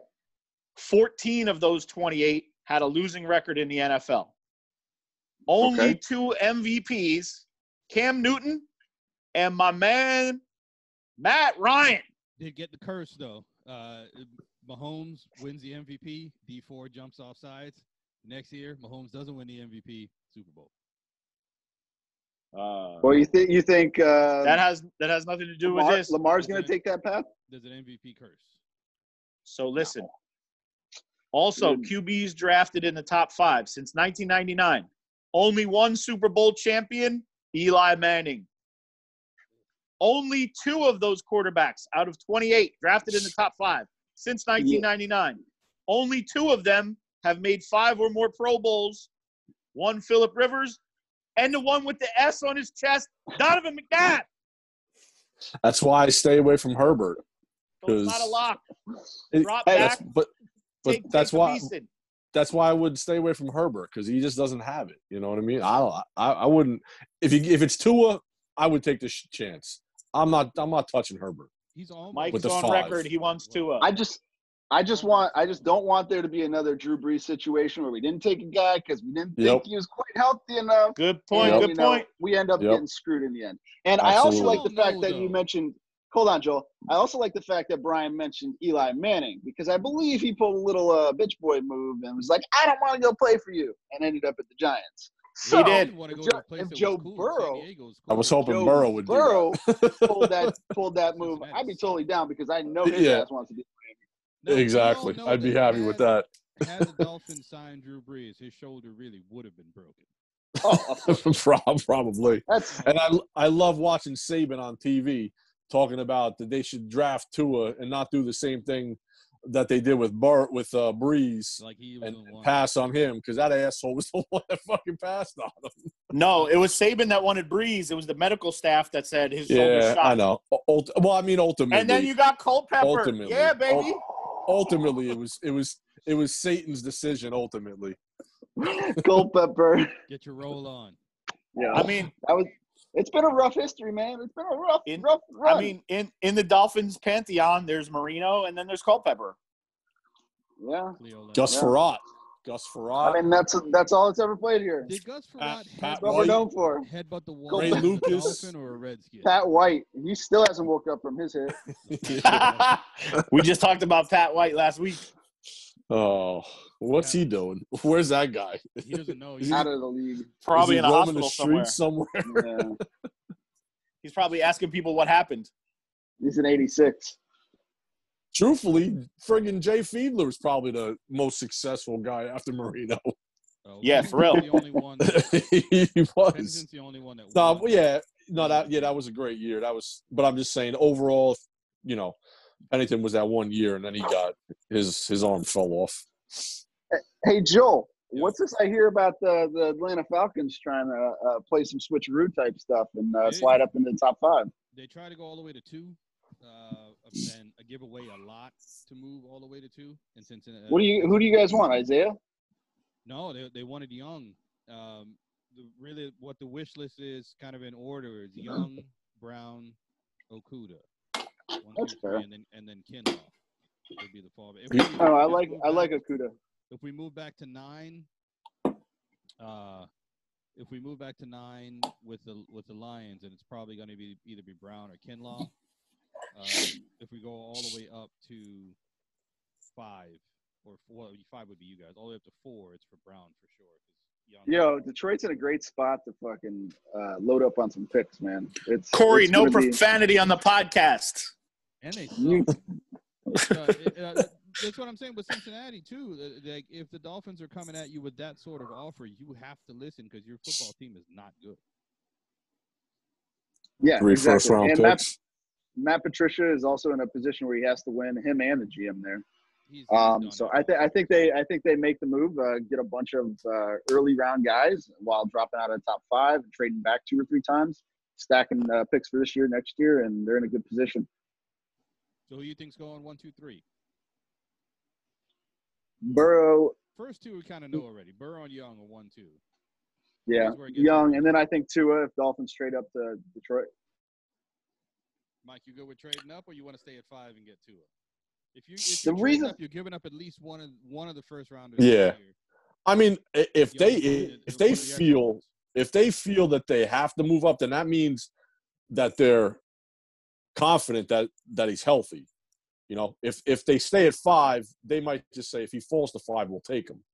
[SPEAKER 2] 14 of those 28 had a losing record in the NFL. Only
[SPEAKER 4] Okay.
[SPEAKER 2] two MVPs, Cam Newton and my man Matt Ryan.
[SPEAKER 1] Did get the curse though. Uh, Mahomes wins the MVP. D four jumps off sides. Next year, Mahomes doesn't win the MVP. Super Bowl.
[SPEAKER 4] Well, you think you think uh,
[SPEAKER 2] Uh, that has that has nothing to do
[SPEAKER 4] Um, Lamar-
[SPEAKER 2] with this.
[SPEAKER 4] Lamar's going
[SPEAKER 1] Okay.
[SPEAKER 4] to take that path?
[SPEAKER 1] There's an MVP curse.
[SPEAKER 2] So listen. Also,
[SPEAKER 4] Dude.
[SPEAKER 2] QBs drafted in the top five since 1999. Only one Super Bowl champion, Eli Manning. Only two of those quarterbacks out of 28 drafted in the top five since 1999. Only two of them have made five or more Pro Bowls. One, Philip Rivers, and the one with the S on his chest, Donovan McNabb.
[SPEAKER 3] That's why I stay away from Herbert.
[SPEAKER 2] So it's not a lock.
[SPEAKER 3] It-
[SPEAKER 2] Drop
[SPEAKER 4] Hey,
[SPEAKER 2] back.
[SPEAKER 3] That's, but but
[SPEAKER 2] take,
[SPEAKER 3] that's
[SPEAKER 2] take a
[SPEAKER 3] why
[SPEAKER 2] Beeson.
[SPEAKER 3] that's why I would stay away from Herbert because he just doesn't have it. You know what I mean? I don't- I, I wouldn't if you if it's Tua, I would take this sh- chance. I'm not I'm not touching Herbert.
[SPEAKER 1] He's almost
[SPEAKER 2] Mike's
[SPEAKER 3] With the
[SPEAKER 2] on
[SPEAKER 3] five.
[SPEAKER 2] record. He wants uh, Tua.
[SPEAKER 4] I just I just want I just don't want there to be another Drew Brees situation where we didn't take a guy because we didn't think
[SPEAKER 3] Yep.
[SPEAKER 4] he was quite healthy enough.
[SPEAKER 2] Good point.
[SPEAKER 3] Yep.
[SPEAKER 4] And, you
[SPEAKER 2] Good
[SPEAKER 4] know,
[SPEAKER 2] point.
[SPEAKER 4] we end up
[SPEAKER 3] Yep.
[SPEAKER 4] getting screwed in the end. And I also like
[SPEAKER 1] Absolutely.
[SPEAKER 4] the fact that you
[SPEAKER 1] No,
[SPEAKER 4] mentioned. Hold on, Joel. I also like the fact that Brian mentioned Eli Manning because I believe he pulled a little uh, bitch boy move and was like, "I don't want to go play for you," and ended up at the Giants. So,
[SPEAKER 2] He did.
[SPEAKER 1] didn't want to
[SPEAKER 4] if
[SPEAKER 1] go
[SPEAKER 4] Jo-
[SPEAKER 1] to a place
[SPEAKER 4] if
[SPEAKER 1] that was
[SPEAKER 4] Joe
[SPEAKER 1] cool. San
[SPEAKER 4] Burrow-
[SPEAKER 1] Diego's
[SPEAKER 3] I was
[SPEAKER 1] cool.
[SPEAKER 3] hoping Burrow would do that.
[SPEAKER 4] Burrow pulled that pulled that move.
[SPEAKER 1] Cincinnati.
[SPEAKER 4] I'd be totally down because I know his
[SPEAKER 3] Yeah.
[SPEAKER 4] ass wants to be.
[SPEAKER 1] No, we all
[SPEAKER 3] exactly.
[SPEAKER 1] know
[SPEAKER 3] I'd be
[SPEAKER 1] that
[SPEAKER 3] happy with
[SPEAKER 1] had-
[SPEAKER 3] that.
[SPEAKER 1] Had the Dolphins signed Drew Brees, his shoulder really would have been broken.
[SPEAKER 3] Prob- Probably.
[SPEAKER 4] That's
[SPEAKER 3] And I I love watching Saban on TV talking about that they should draft Tua and not do the same thing that they did with Bart with uh, Breeze
[SPEAKER 1] Like he was
[SPEAKER 3] and,
[SPEAKER 1] the
[SPEAKER 3] and
[SPEAKER 1] one.
[SPEAKER 3] pass on him because that asshole was the one that fucking passed on him.
[SPEAKER 2] No, it was Saban that wanted Breeze. It was the medical staff that said his shoulder
[SPEAKER 3] Yeah,
[SPEAKER 2] shot.
[SPEAKER 3] I know. U- ult- well, I mean, ultimately,
[SPEAKER 2] And then you got Culpepper.
[SPEAKER 3] ultimately,
[SPEAKER 2] Yeah, baby.
[SPEAKER 3] ul- ultimately, it was it was it was Satan's decision. Ultimately,
[SPEAKER 4] Culpepper.
[SPEAKER 1] Get your roll on.
[SPEAKER 4] Yeah,
[SPEAKER 2] I mean,
[SPEAKER 4] that was. It's been a rough history, man. It's been a rough,
[SPEAKER 2] In-
[SPEAKER 4] rough run.
[SPEAKER 2] I mean, in in the Dolphins pantheon, there's Marino, and then there's Culpepper.
[SPEAKER 4] yeah.
[SPEAKER 1] Cleo Lang.
[SPEAKER 3] Gus
[SPEAKER 4] Yeah.
[SPEAKER 3] Farrat, Gus Farrat,
[SPEAKER 4] I mean, that's that's all it's ever played here.
[SPEAKER 1] Did Gus
[SPEAKER 3] Pat-
[SPEAKER 1] Farrat
[SPEAKER 3] Pat
[SPEAKER 4] That's what we're
[SPEAKER 3] White.
[SPEAKER 4] known for.
[SPEAKER 1] head, headbutt the wall?
[SPEAKER 4] Ray
[SPEAKER 1] as a
[SPEAKER 3] Lucas.
[SPEAKER 1] Dolphin or a Redskin?
[SPEAKER 4] Pat White, he still hasn't woke up from his hit.
[SPEAKER 2] we just talked about Pat White last week.
[SPEAKER 3] oh, what's he doing? Where's that guy?
[SPEAKER 1] He doesn't know.
[SPEAKER 3] Is
[SPEAKER 1] He's
[SPEAKER 3] he-
[SPEAKER 4] Out of the league.
[SPEAKER 2] Probably in
[SPEAKER 3] Is he
[SPEAKER 2] a
[SPEAKER 3] roaming
[SPEAKER 2] hospital
[SPEAKER 3] the
[SPEAKER 2] somewhere.
[SPEAKER 3] streets somewhere?
[SPEAKER 4] Yeah.
[SPEAKER 2] He's probably asking people what happened.
[SPEAKER 4] He's an 86.
[SPEAKER 3] Truthfully, friggin' Jay Fiedler is probably the most successful guy after Marino.
[SPEAKER 1] oh,
[SPEAKER 2] Yeah,
[SPEAKER 1] Pennington's
[SPEAKER 2] for real.
[SPEAKER 1] The only one. That,
[SPEAKER 3] he was.
[SPEAKER 1] Pennington's the only one that.
[SPEAKER 3] No,
[SPEAKER 1] won.
[SPEAKER 3] but yeah, no, that yeah, that was a great year. That was, but I'm just saying overall, you know, Pennington was that one year, and then he got his his arm fell off.
[SPEAKER 4] Hey, Joel,
[SPEAKER 1] Yeah.
[SPEAKER 4] what's this I hear about the, the Atlanta Falcons trying to uh, play some switcheroo type stuff and uh,
[SPEAKER 1] Yeah.
[SPEAKER 4] slide up into the top five?
[SPEAKER 1] They try to go all the way to two, uh, and give away a lot to move all the way to two. And since uh,
[SPEAKER 4] What do you? Who do you guys want, Isaiah?
[SPEAKER 1] No, they they wanted Young. Um, the, really, what the wish list is kind of in order is Young, Brown, Okuda. One,
[SPEAKER 4] That's
[SPEAKER 1] two,
[SPEAKER 4] fair.
[SPEAKER 1] three, And then and then Kinlaw would be the fallback. If we-
[SPEAKER 4] Oh, I
[SPEAKER 1] if we
[SPEAKER 4] like
[SPEAKER 1] move
[SPEAKER 4] I
[SPEAKER 1] back-
[SPEAKER 4] like Okuda.
[SPEAKER 1] If we move back to nine, uh, if we move back to nine with the with the Lions, and it's probably going to be either be Brown or Kinlaw. Uh, if we go all the way up to five or four, five would be you guys. All the way up to four, it's for Brown for sure. 'cause Young-
[SPEAKER 4] Yo, Detroit's in a great spot to fucking uh, load up on some picks, man. It's
[SPEAKER 2] Corey,
[SPEAKER 4] it's
[SPEAKER 2] no
[SPEAKER 4] gonna be-
[SPEAKER 2] profanity on the podcast.
[SPEAKER 1] and they
[SPEAKER 4] You-
[SPEAKER 1] suck. Uh, it- uh, that's what I'm saying with Cincinnati too. Uh, Like if the Dolphins are coming at you with that sort of offer, you have to listen because your football team is not good.
[SPEAKER 4] Yeah,
[SPEAKER 3] Three
[SPEAKER 4] exactly.
[SPEAKER 3] first round
[SPEAKER 4] and Matt,
[SPEAKER 3] picks.
[SPEAKER 4] Matt Patricia is also in a position where he has to win him and the GM there.
[SPEAKER 1] He's, he's
[SPEAKER 4] Um,
[SPEAKER 1] done
[SPEAKER 4] so
[SPEAKER 1] it.
[SPEAKER 4] I think I think they I think they make the move, uh, get a bunch of uh, early round guys while dropping out of the top five and trading back two or three times, stacking uh, picks for this year, next year, and they're in a good position.
[SPEAKER 1] So who you think's going one, two, three?
[SPEAKER 4] Burrow,
[SPEAKER 1] First two we kind of know already. Burrow and Young are one, two.
[SPEAKER 4] yeah,
[SPEAKER 1] That's where it gets
[SPEAKER 4] Young,
[SPEAKER 1] hard.
[SPEAKER 4] and then I think Tua if Dolphins trade up to Detroit.
[SPEAKER 1] Mike, you good with trading up, or you want to stay at five and get two? If you if
[SPEAKER 4] The
[SPEAKER 1] you trade
[SPEAKER 4] reason-
[SPEAKER 1] up, you're giving up at least one of one of the first rounders.
[SPEAKER 3] Yeah.
[SPEAKER 1] this year.
[SPEAKER 3] I mean, i- if
[SPEAKER 1] Young
[SPEAKER 3] they
[SPEAKER 1] is one of the-
[SPEAKER 3] if
[SPEAKER 1] one
[SPEAKER 3] they
[SPEAKER 1] of the extra
[SPEAKER 3] feel
[SPEAKER 1] ones.
[SPEAKER 3] if they feel that they have to move up, then that means that they're confident that that he's healthy. You know, if if they stay at five, they might just say if he falls to five, we'll take him.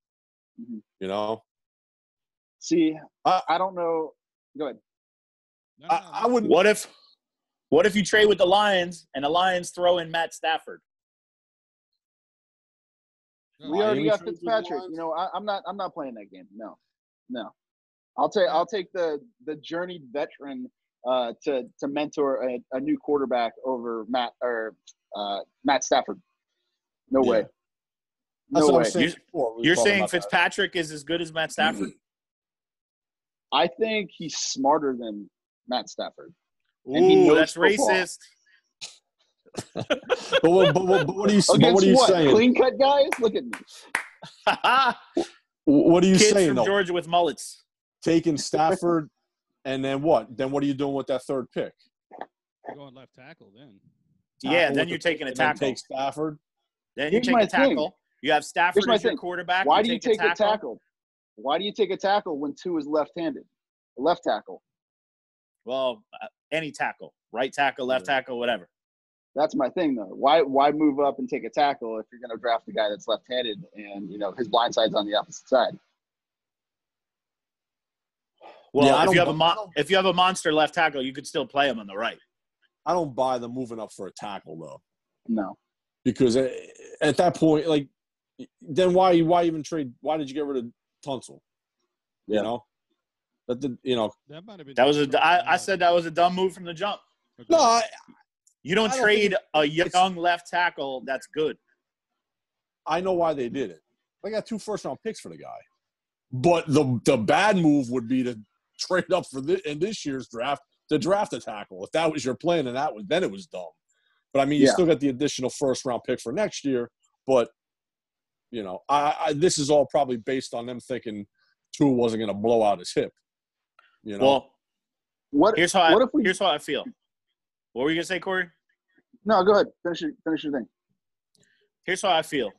[SPEAKER 2] Mm-hmm.
[SPEAKER 4] Mhm.
[SPEAKER 3] You know,
[SPEAKER 4] See,
[SPEAKER 3] I-
[SPEAKER 4] I don't know. Go ahead.
[SPEAKER 1] No, no,
[SPEAKER 3] I,
[SPEAKER 1] no,
[SPEAKER 3] I would.
[SPEAKER 2] What if what if you trade with the Lions and the Lions throw in Matt Stafford?
[SPEAKER 1] no,
[SPEAKER 4] We already
[SPEAKER 3] Miami
[SPEAKER 4] got
[SPEAKER 3] trades with
[SPEAKER 4] Fitzpatrick.
[SPEAKER 3] Lions?
[SPEAKER 4] You know, I, I'm not I'm not playing that game. No, no. I'll take I'll take the the journeyed veteran uh, to to mentor a, a new quarterback over Matt or uh, Matt Stafford. No
[SPEAKER 3] Yeah.
[SPEAKER 4] way.
[SPEAKER 3] That's
[SPEAKER 4] No
[SPEAKER 3] what
[SPEAKER 4] way.
[SPEAKER 3] I'm saying.
[SPEAKER 2] You're-
[SPEAKER 3] before. We were
[SPEAKER 2] You're
[SPEAKER 3] talking
[SPEAKER 2] saying
[SPEAKER 3] about that.
[SPEAKER 2] Fitzpatrick is as good as Matt Stafford?
[SPEAKER 4] I think he's smarter than Matt Stafford. And he
[SPEAKER 2] Ooh,
[SPEAKER 4] knows
[SPEAKER 2] that's
[SPEAKER 4] football.
[SPEAKER 2] racist.
[SPEAKER 3] But, what- but, what- but what are you? But
[SPEAKER 4] Against
[SPEAKER 3] what are you saying?
[SPEAKER 4] Clean cut guys? Look at me.
[SPEAKER 3] What are you
[SPEAKER 2] Kids
[SPEAKER 3] saying
[SPEAKER 2] from
[SPEAKER 3] though?
[SPEAKER 2] Georgia with mullets.
[SPEAKER 3] Taking Stafford, and then what? Then what are you doing with that third pick?
[SPEAKER 1] You're going left tackle then.
[SPEAKER 2] yeah,
[SPEAKER 3] with
[SPEAKER 2] then
[SPEAKER 3] the
[SPEAKER 2] you're taking a
[SPEAKER 3] And then
[SPEAKER 2] tackle.
[SPEAKER 3] take Stafford.
[SPEAKER 2] then you
[SPEAKER 4] Here's
[SPEAKER 2] take
[SPEAKER 4] my
[SPEAKER 2] a tackle. You have Stafford
[SPEAKER 4] Here's my
[SPEAKER 2] as your
[SPEAKER 4] thing.
[SPEAKER 2] quarterback.
[SPEAKER 4] Why do you take
[SPEAKER 2] a tackle.
[SPEAKER 4] Why do you take a tackle when two is left-handed? Left tackle.
[SPEAKER 2] Well, uh, any tackle, right tackle, left tackle, whatever.
[SPEAKER 4] That's my thing though. Why why move up and take a tackle if you're going to draft a guy that's left-handed and you know his blind side's on the opposite side?
[SPEAKER 2] Well,
[SPEAKER 3] Yeah, I
[SPEAKER 2] if you
[SPEAKER 3] don't
[SPEAKER 2] have a
[SPEAKER 3] bu- I
[SPEAKER 2] mon
[SPEAKER 3] don't-
[SPEAKER 2] if you have a monster left tackle, you could still play him on the right.
[SPEAKER 3] I don't buy them moving up for a tackle though,
[SPEAKER 4] No.
[SPEAKER 3] because a- at that point, like, then why why even trade? Why did you get rid of Tunsil? You
[SPEAKER 4] Yeah.
[SPEAKER 3] know, that the, you know.
[SPEAKER 1] That might have been.
[SPEAKER 2] That was
[SPEAKER 1] the
[SPEAKER 2] a
[SPEAKER 1] first
[SPEAKER 2] I, I
[SPEAKER 1] round.
[SPEAKER 2] said that was a dumb move from the jump.
[SPEAKER 1] Okay.
[SPEAKER 3] No, I,
[SPEAKER 2] You don't,
[SPEAKER 3] I don't think
[SPEAKER 2] trade a
[SPEAKER 3] it's-
[SPEAKER 2] young left tackle that's good.
[SPEAKER 3] I know why they did it. They got two first round picks for the guy. But the the bad move would be to trade up for this in this year's draft to draft a tackle. If that was your plan, and that was then it was dumb. But I mean, you
[SPEAKER 4] Yeah.
[SPEAKER 3] still got the additional first round pick for next year. But you know, I, I this is all probably based on them thinking Tua wasn't going to blow out his hip. You know,
[SPEAKER 2] Well,
[SPEAKER 4] What
[SPEAKER 2] here's how I,
[SPEAKER 4] what if we
[SPEAKER 2] here's how I feel. What were you gonna say, Corey?
[SPEAKER 4] No, go ahead. Finish your finish your thing.
[SPEAKER 2] here's how I feel.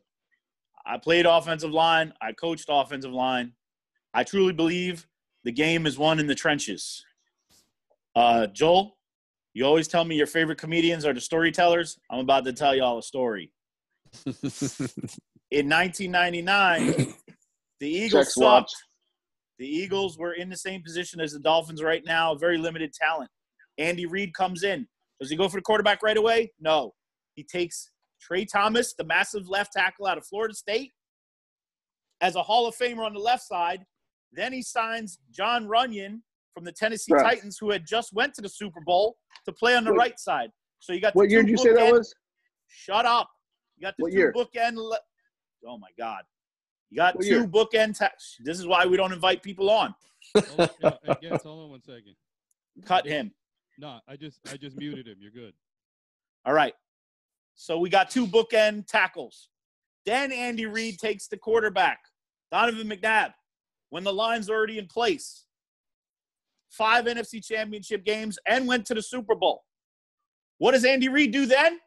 [SPEAKER 2] I played offensive line. I coached offensive line. I truly believe the game is won in the trenches. Uh, Joel, you always tell me your favorite comedians are the storytellers. I'm about to tell y'all a story. In 1999, the Eagles
[SPEAKER 4] Checks
[SPEAKER 2] sucked.
[SPEAKER 4] watch.
[SPEAKER 2] The Eagles were in the same position as the Dolphins right now, very limited talent. Andy Reid comes in. Does he go for the quarterback right away? No. He takes Trey Thomas, the massive left tackle out of Florida State, as a Hall of Famer on the left side. Then he signs John Runyon from the Tennessee
[SPEAKER 4] Right.
[SPEAKER 2] Titans, who had just went to the Super Bowl, to play on the
[SPEAKER 4] Wait.
[SPEAKER 2] right side. So you got the
[SPEAKER 4] What year
[SPEAKER 2] two
[SPEAKER 4] did you say that
[SPEAKER 2] bookend-
[SPEAKER 4] was?
[SPEAKER 2] Shut up. You got the
[SPEAKER 4] What
[SPEAKER 2] two
[SPEAKER 4] year?
[SPEAKER 2] bookend. Le- oh my God. You got
[SPEAKER 4] What
[SPEAKER 2] two
[SPEAKER 4] year?
[SPEAKER 2] bookend. Ta- this is why we don't invite people on.
[SPEAKER 1] Hold on, no, I guess- hold on one second.
[SPEAKER 2] Cut him.
[SPEAKER 1] No, I just I just muted him. You're good.
[SPEAKER 2] All right. So we got two bookend tackles. Then Andy Reid takes the quarterback, Donovan McNabb, when the line's already in place. Five NFC championship games and went to the Super Bowl. What does Andy Reid do then?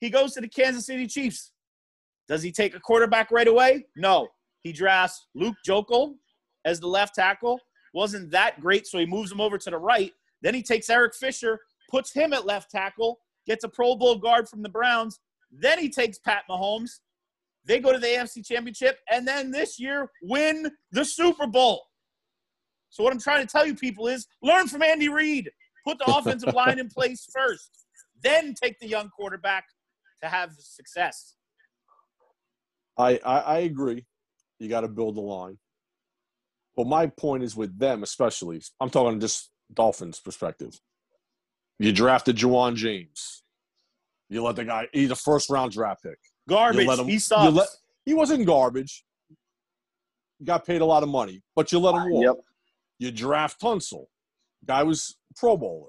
[SPEAKER 2] He goes to the Kansas City Chiefs. Does he take a quarterback right away? No. He drafts Luke Jokel as the left tackle. Wasn't that great, so he moves him over to the right. Then he takes Eric Fisher, puts him at left tackle, gets a Pro Bowl guard from the Browns. Then he takes Pat Mahomes. They go to the AFC Championship, and then this year win the Super Bowl. So what I'm trying to tell you people is learn from Andy Reid. Put the offensive line in place first, then take the young quarterback to have success.
[SPEAKER 3] I, I I agree. You got to build the line. But my point is with them, especially. I'm talking just Dolphins' perspective. You drafted Juwan James. You let the guy. He's a first round draft pick.
[SPEAKER 2] Garbage.
[SPEAKER 3] You let him-
[SPEAKER 2] he sucks.
[SPEAKER 3] you let- He wasn't garbage. Got paid a lot of money, but you let him walk.
[SPEAKER 4] Yep.
[SPEAKER 3] You draft Tunsil. Guy was Pro Bowler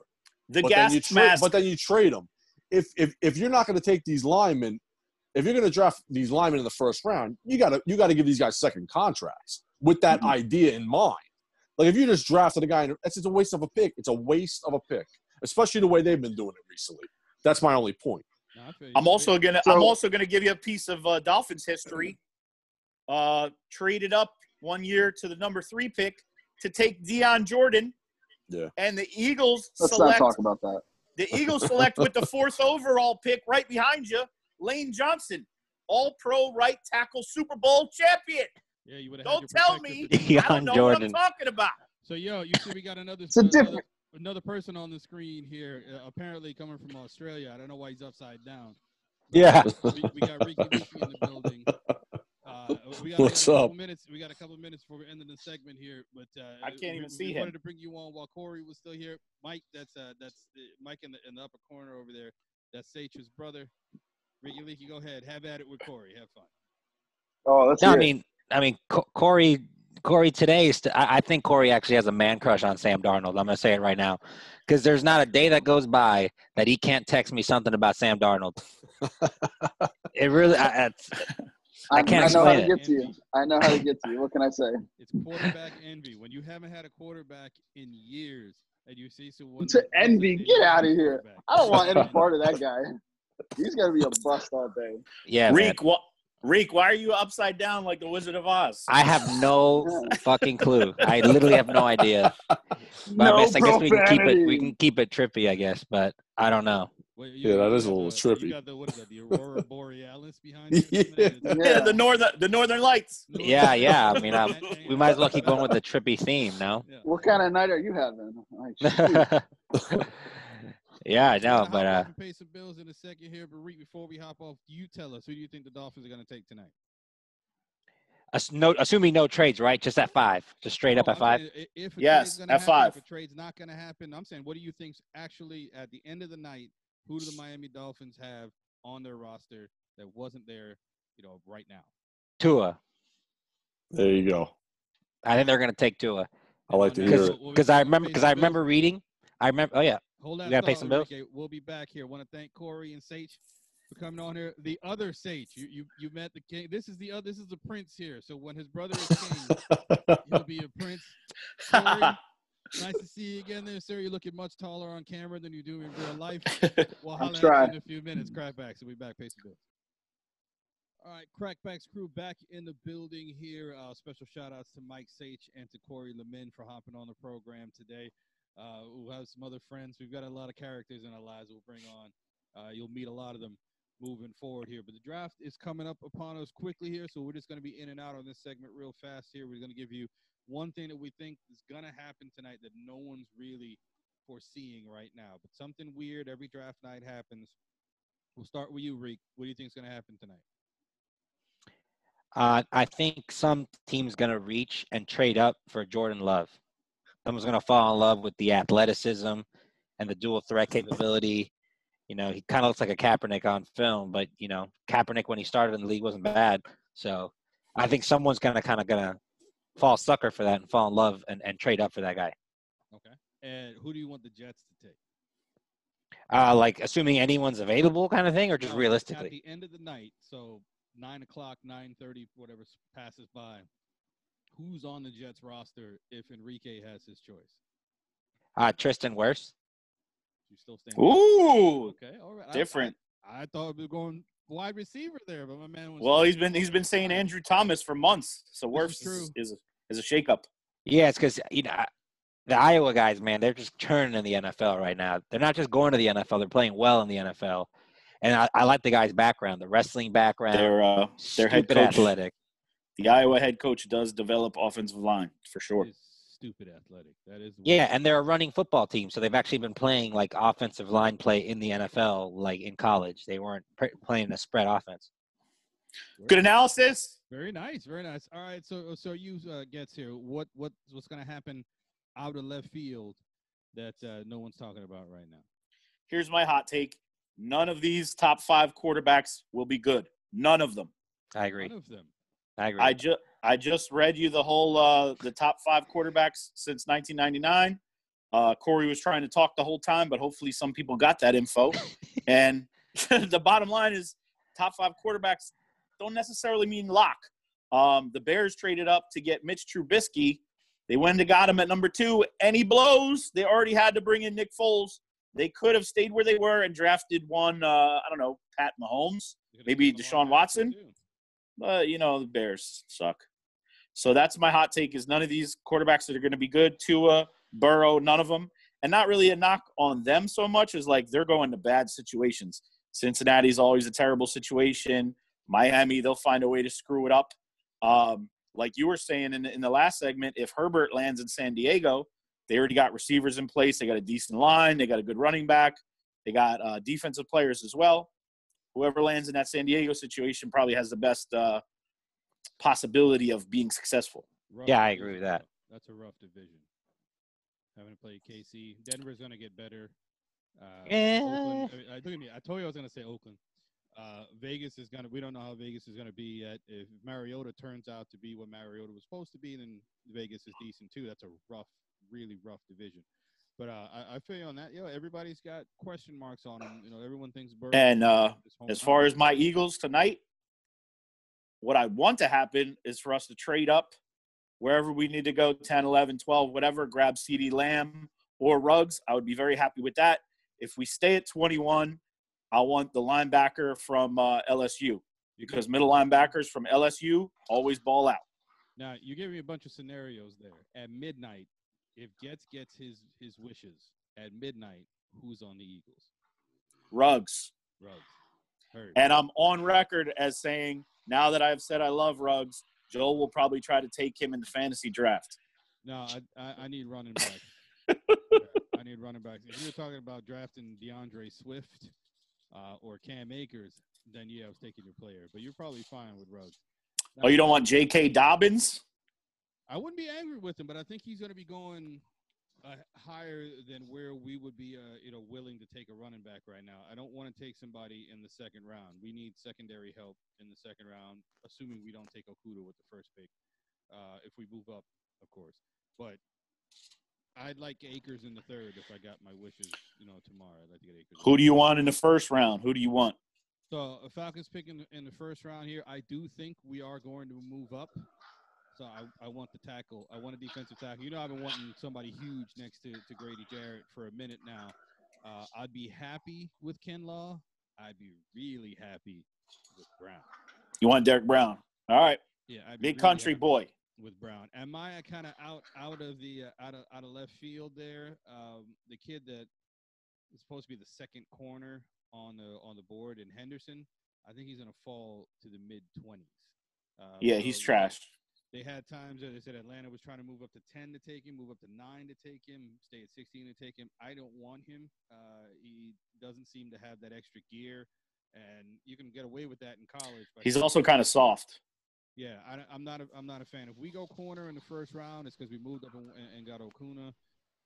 [SPEAKER 2] the
[SPEAKER 3] but
[SPEAKER 2] gas
[SPEAKER 3] then you tra-
[SPEAKER 2] mask.
[SPEAKER 3] but then you trade them. If if if you're not going to take these linemen, if you're going to draft these linemen in the first round, you gotta you gotta give these guys second contracts with that
[SPEAKER 2] Mm-hmm.
[SPEAKER 4] Mhm.
[SPEAKER 3] idea in mind. Like if you just drafted a guy, and that's just a waste of a pick. It's a waste of a pick, especially the way they've been doing it recently. That's my only point.
[SPEAKER 1] No, I feel you.
[SPEAKER 2] I'm also gonna I'm
[SPEAKER 4] So-
[SPEAKER 2] also gonna give you a piece of uh, Dolphins history. Uh, traded up one year to the number three pick to take Deion Jordan.
[SPEAKER 3] Yeah.
[SPEAKER 2] And the Eagles
[SPEAKER 4] Let's
[SPEAKER 2] select
[SPEAKER 4] not talk about that.
[SPEAKER 2] the Eagles select with the fourth overall pick right behind you, Lane Johnson, All Pro right tackle, Super Bowl champion.
[SPEAKER 1] Yeah, you would have.
[SPEAKER 2] Don't tell me. I don't
[SPEAKER 5] Deion
[SPEAKER 2] know
[SPEAKER 5] Jordan.
[SPEAKER 2] what I'm talking about.
[SPEAKER 1] So yo, you see, we got another.
[SPEAKER 4] It's a
[SPEAKER 1] another-
[SPEAKER 4] different-
[SPEAKER 1] Another person on the screen here, uh, apparently coming from Australia. I don't know why he's upside down.
[SPEAKER 5] Yeah.
[SPEAKER 1] We, we got Ricky Ricky in the building. Uh, Well, we got, we got
[SPEAKER 3] What's
[SPEAKER 1] a couple
[SPEAKER 3] up?
[SPEAKER 1] Minutes. We got a couple minutes before we're ending the segment here, but uh,
[SPEAKER 2] I can't
[SPEAKER 1] we-
[SPEAKER 2] even
[SPEAKER 1] we
[SPEAKER 2] see him.
[SPEAKER 1] Wanted to bring you on while Corey was still here. Mike, that's uh, that's uh, Mike in the in the upper corner over there. That's Sacha's brother. Ricky Leaky, go ahead. Have at it with Corey. Have fun.
[SPEAKER 4] Oh, that's
[SPEAKER 5] No, I mean, I mean, Co- Corey, Corey today is. St- I I think Corey actually has a man crush on Sam Darnold. I'm going to say it right now, because there's not a day that goes by that he can't text me something about Sam Darnold. it really, I, I, I can't
[SPEAKER 4] know how
[SPEAKER 5] explain
[SPEAKER 4] to
[SPEAKER 5] it.
[SPEAKER 4] get to you. I know how to get to you. What can I say?
[SPEAKER 1] It's quarterback envy. When you haven't had a quarterback in years, and you see someone
[SPEAKER 4] To envy? Get outta here.
[SPEAKER 1] Quarterback.
[SPEAKER 4] I don't want any part of that guy. He's gonna be a bust all day.
[SPEAKER 5] yeah, man.
[SPEAKER 2] Reek, wha- Reek, why are you upside down like the Wizard of Oz?
[SPEAKER 5] I have no fucking clue. I literally have no idea. But I, guess, I guess we can keep it. We can keep it trippy, I guess. But I don't know.
[SPEAKER 1] Well, you-
[SPEAKER 3] Yeah, that
[SPEAKER 1] you
[SPEAKER 3] is a
[SPEAKER 1] got
[SPEAKER 3] little
[SPEAKER 1] the-
[SPEAKER 3] trippy.
[SPEAKER 1] You got the what is that? The aurora borealis behind you. or something?
[SPEAKER 3] Yeah.
[SPEAKER 1] It's-
[SPEAKER 4] Yeah.
[SPEAKER 2] the northern, the Northern Lights.
[SPEAKER 1] No,
[SPEAKER 5] Yeah,
[SPEAKER 1] it's-
[SPEAKER 5] yeah, I mean, um,
[SPEAKER 1] it's-
[SPEAKER 5] We might as well keep going with the trippy theme, no?
[SPEAKER 1] Yeah.
[SPEAKER 4] What kind of night are you having? Like, shoot.
[SPEAKER 5] yeah, I know, but uh,
[SPEAKER 1] pay some bills in a second here. But Reed, before we hop off, you tell us who do you think the Dolphins are going to take tonight?
[SPEAKER 5] ass- no, assuming no trades, right? Just at five, just straight up
[SPEAKER 1] Oh,
[SPEAKER 5] at
[SPEAKER 1] I'm
[SPEAKER 5] five.
[SPEAKER 1] saying i- If a
[SPEAKER 2] Yes,
[SPEAKER 1] trade's gonna
[SPEAKER 2] at
[SPEAKER 1] happen,
[SPEAKER 2] five.
[SPEAKER 1] If a trade's not going to happen, I'm saying, what do you think's actually at the end of the night? Who do the Miami Dolphins have on their roster that wasn't there, you know, right now?
[SPEAKER 5] Tua,
[SPEAKER 3] There you go.
[SPEAKER 5] I think they're gonna take Tua
[SPEAKER 3] I like to
[SPEAKER 1] And
[SPEAKER 3] hear
[SPEAKER 1] that's
[SPEAKER 3] it.
[SPEAKER 1] what we'll be
[SPEAKER 5] because I
[SPEAKER 1] doing. We'll
[SPEAKER 5] remember
[SPEAKER 1] pay
[SPEAKER 5] because
[SPEAKER 1] some
[SPEAKER 5] I
[SPEAKER 1] bills.
[SPEAKER 5] remember reading. I remember. Oh yeah,
[SPEAKER 1] Hold that
[SPEAKER 5] We gotta pay
[SPEAKER 1] thought,
[SPEAKER 5] some bills.
[SPEAKER 1] Enrique. We'll be back here. Want to thank Corey and Sage for coming on here. The other Sage, you you you met the king. This is the other. This is the prince here. So when his brother is king, he'll be a prince. Corey, nice to see you again, there, sir. You're looking much taller on camera than you do in real life. We'll holler at you
[SPEAKER 4] trying.
[SPEAKER 1] in a few minutes. Crackbacks, we'll be back. Pay some bills. All right, Crackbacks crew back in the building here. Uh, special shout outs to Mike Sage and to Corey Lemin for hopping on the program today. Uh, we'll have some other friends. We've got a lot of characters in our lives we'll bring on. Uh, you'll meet a lot of them moving forward here. But the draft is coming up upon us quickly here, so we're just going to be in and out on this segment real fast here. We're going to give you one thing that we think is going to happen tonight that no one's really foreseeing right now, but something weird every draft night happens. We'll start with you, Reek. What do you think is going to happen tonight?
[SPEAKER 5] uh, I think some team's gonna reach and trade up for Jordan Love. Someone's gonna fall in love with the athleticism and the dual threat capability. You know, he kind of looks like a Kaepernick on film, but you know, Kaepernick when he started in the league wasn't bad. So I think someone's gonna kind of gonna fall sucker for that and fall in love and, and trade up for that guy.
[SPEAKER 1] Okay. And who do you want the Jets to take?
[SPEAKER 5] Uh, like assuming anyone's available, kind of thing, or just
[SPEAKER 1] Now,
[SPEAKER 5] realistically.
[SPEAKER 1] At the end of the night, so nine o'clock, nine thirty, whatever s- passes by, who's on the Jets roster if Enrique has his choice?
[SPEAKER 5] Uh, Tristan Wirfs.
[SPEAKER 1] You still stand?
[SPEAKER 2] Ooh,
[SPEAKER 1] Okay. All right. I-
[SPEAKER 2] different.
[SPEAKER 1] I, I thought we were going wide receiver there, but my man was.
[SPEAKER 2] Well, he's been he's been saying Andrew Thomas for months,
[SPEAKER 1] This
[SPEAKER 2] so
[SPEAKER 1] is
[SPEAKER 2] Werfs is
[SPEAKER 1] true.
[SPEAKER 2] is, is a shakeup.
[SPEAKER 5] Yeah, it's because you know I- the Iowa guys, man, they're just churning in the NFL right now. They're not just going to the NFL; they're playing well in the NFL. And I, I like the guy's background, the wrestling background.
[SPEAKER 2] Their uh, their head
[SPEAKER 5] stupid
[SPEAKER 2] coach,
[SPEAKER 5] athletic.
[SPEAKER 2] the Iowa head coach, does develop offensive line for sure.
[SPEAKER 1] is stupid athletic. That is. the word.
[SPEAKER 5] Yeah, and they're a running football team, so they've actually been playing like offensive line play in the NFL, like in college. They weren't pr- playing a spread offense.
[SPEAKER 2] Good analysis.
[SPEAKER 1] Very nice, very nice. All right, so so you uh, gets here. What what what's going to happen out of left field that uh, no one's talking about right now?
[SPEAKER 2] Here's my hot take: none of these top five quarterbacks will be good. None of them.
[SPEAKER 5] I agree.
[SPEAKER 1] None of them.
[SPEAKER 5] I agree.
[SPEAKER 2] I just I just read you the whole uh, the top five quarterbacks since 1999. Uh, Corey was trying to talk the whole time, but hopefully some people got that info. and the bottom line is, top five quarterbacks don't necessarily mean lock. Um, the Bears traded up to get Mitch Trubisky. They went and got him at number two. Any blows? They already had to bring in Nick Foles. They could have stayed where they were and drafted one. Uh, I don't know, Pat Mahomes.
[SPEAKER 1] They could've
[SPEAKER 2] Maybe
[SPEAKER 1] taken
[SPEAKER 2] Deshaun
[SPEAKER 1] Lamar
[SPEAKER 2] Watson?
[SPEAKER 1] too.
[SPEAKER 2] but you know the Bears suck. So that's my hot take: is none of these quarterbacks that are going to be good. Tua, Burrow, none of them, and not really a knock on them so much as like they're going to bad situations. Cincinnati's always a terrible situation. Miami, they'll find a way to screw it up. Um, like you were saying in the, in the last segment, if Herbert lands in San Diego, they already got receivers in place. They got a decent line. They got a good running back. They got uh, defensive players as well whoever lands in that San Diego situation probably has the best uh, possibility of being successful.
[SPEAKER 1] Rough
[SPEAKER 5] Yeah, I
[SPEAKER 1] division,
[SPEAKER 5] agree with that.
[SPEAKER 1] though. That's a rough division. Having to play KC, Denver's gonna get better. Uh, Oakland, I, mean, I- look at me. I told you I was gonna say Oakland. Uh, Vegas is gonna. We don't know how Vegas is gonna be yet. If Mariota turns out to be what Mariota was supposed to be, then Vegas is decent too. That's a rough, really rough division. But uh, I, I feel you on that. Yo, everybody's got question marks on them. You know, everyone thinks Burrow.
[SPEAKER 2] And, uh,
[SPEAKER 1] is home
[SPEAKER 2] As far
[SPEAKER 1] run.
[SPEAKER 2] as my Eagles tonight, what I want to happen is for us to trade up wherever we need to go 10, 11, 12, whatever, grab CD Lamb or Ruggs. I would be very happy with that. If we stay at 21, I want the linebacker from uh, LSU
[SPEAKER 1] You
[SPEAKER 2] because
[SPEAKER 1] gave-
[SPEAKER 2] middle linebackers from LSU always ball out.
[SPEAKER 1] now you gave me a bunch of scenarios there. At midnight, if Gets gets his his wishes at midnight, who's on the Eagles?
[SPEAKER 2] Ruggs.
[SPEAKER 1] Ruggs. Hurd.
[SPEAKER 2] And I'm on record as saying, now that I've said I love Ruggs, Joel will probably try to take him in the fantasy draft.
[SPEAKER 1] No, I, I, I need running back. I need running backs. If you were talking about drafting DeAndre Swift uh, or Cam Akers, then yeah, I was taking your player. But you're probably fine with Ruggs.
[SPEAKER 2] Oh, you don't want J.K. Dobbins?
[SPEAKER 1] I wouldn't be angry with him, but I think he's going to be going uh, higher than where we would be, uh, you know, willing to take a running back right now. I don't want to take somebody in the second round. We need secondary help in the second round, assuming we don't take Okuda with the first pick, uh, if we move up, of course. But I'd like Acres in the third if I got my wishes, you know, tomorrow. I'd like to get Acres.
[SPEAKER 2] Who do you want in the first round? Who do you want?
[SPEAKER 1] So a Falcons pick in, in the first round here. I do think we are going to move up. So I, I want the tackle. I want a defensive tackle. You know I've been wanting somebody huge next to, to Grady Jarrett for a minute now. Uh, I'd be happy with Ken Law. I'd be really happy with Brown.
[SPEAKER 2] You want Derek Brown. All right.
[SPEAKER 1] Yeah, I'd be
[SPEAKER 2] Big
[SPEAKER 1] really
[SPEAKER 2] country
[SPEAKER 1] happy
[SPEAKER 2] boy.
[SPEAKER 1] with Brown. Am I kind of out out of the uh, out of out of left field there? Um, the kid that is supposed to be the second corner on the on the board in Henderson, I think he's going to fall to the mid twenties. Uh,
[SPEAKER 2] Yeah, he's
[SPEAKER 1] so
[SPEAKER 2] trash.
[SPEAKER 1] They had times that they said Atlanta was trying to move up to ten to take him, move up to nine to take him, stay at sixteen to take him. I don't want him. Uh, he doesn't seem to have that extra gear, and you can get away with that in college. by
[SPEAKER 2] He's
[SPEAKER 1] taking-
[SPEAKER 2] also kind of soft.
[SPEAKER 1] yeah, I, am not. A, I'm not a fan. If we go corner in the first round, it's because we moved up and, and got Okuna.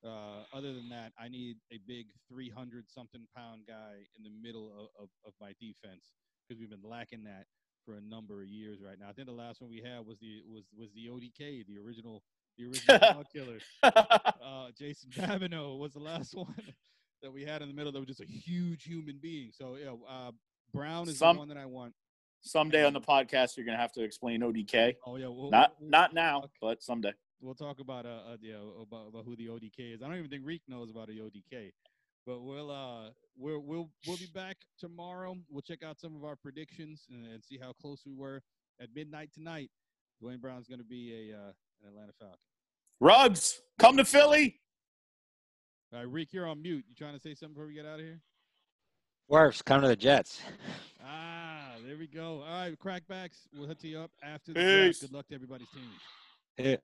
[SPEAKER 1] Uh, other than that, I need a big 300 something pound guy in the middle of, of, of my defense because we've been lacking that for a number of years right now. I think the last one we had was the was was the ODK, the original the original dog killer. Uh, Jason Babineau was the last one that we had in the middle that was just a huge human being. So yeah, uh, Brown is
[SPEAKER 2] Some-
[SPEAKER 1] the one that I want.
[SPEAKER 2] someday on the podcast, you're going to have to explain ODK.
[SPEAKER 1] Oh yeah, well,
[SPEAKER 2] Not
[SPEAKER 1] well,
[SPEAKER 2] not now,
[SPEAKER 1] okay.
[SPEAKER 2] but someday.
[SPEAKER 1] we'll talk about uh, uh yeah, about, about who the ODK is. I don't even think Reek knows about the ODK. But we'll uh we'll we'll we'll be back tomorrow. We'll check out some of our predictions and, and see how close we were at midnight tonight. Dwayne Brown's going to be a uh, an Atlanta Falcon.
[SPEAKER 2] Ruggs, come to Philly.
[SPEAKER 1] All right, Reek, you're on mute. You trying to say something before we get out of here?
[SPEAKER 5] Worfs, come to the Jets.
[SPEAKER 1] Ah, there we go. All right, crackbacks. We'll hit you up after the draft.
[SPEAKER 2] Peace.
[SPEAKER 1] Good luck to everybody's team.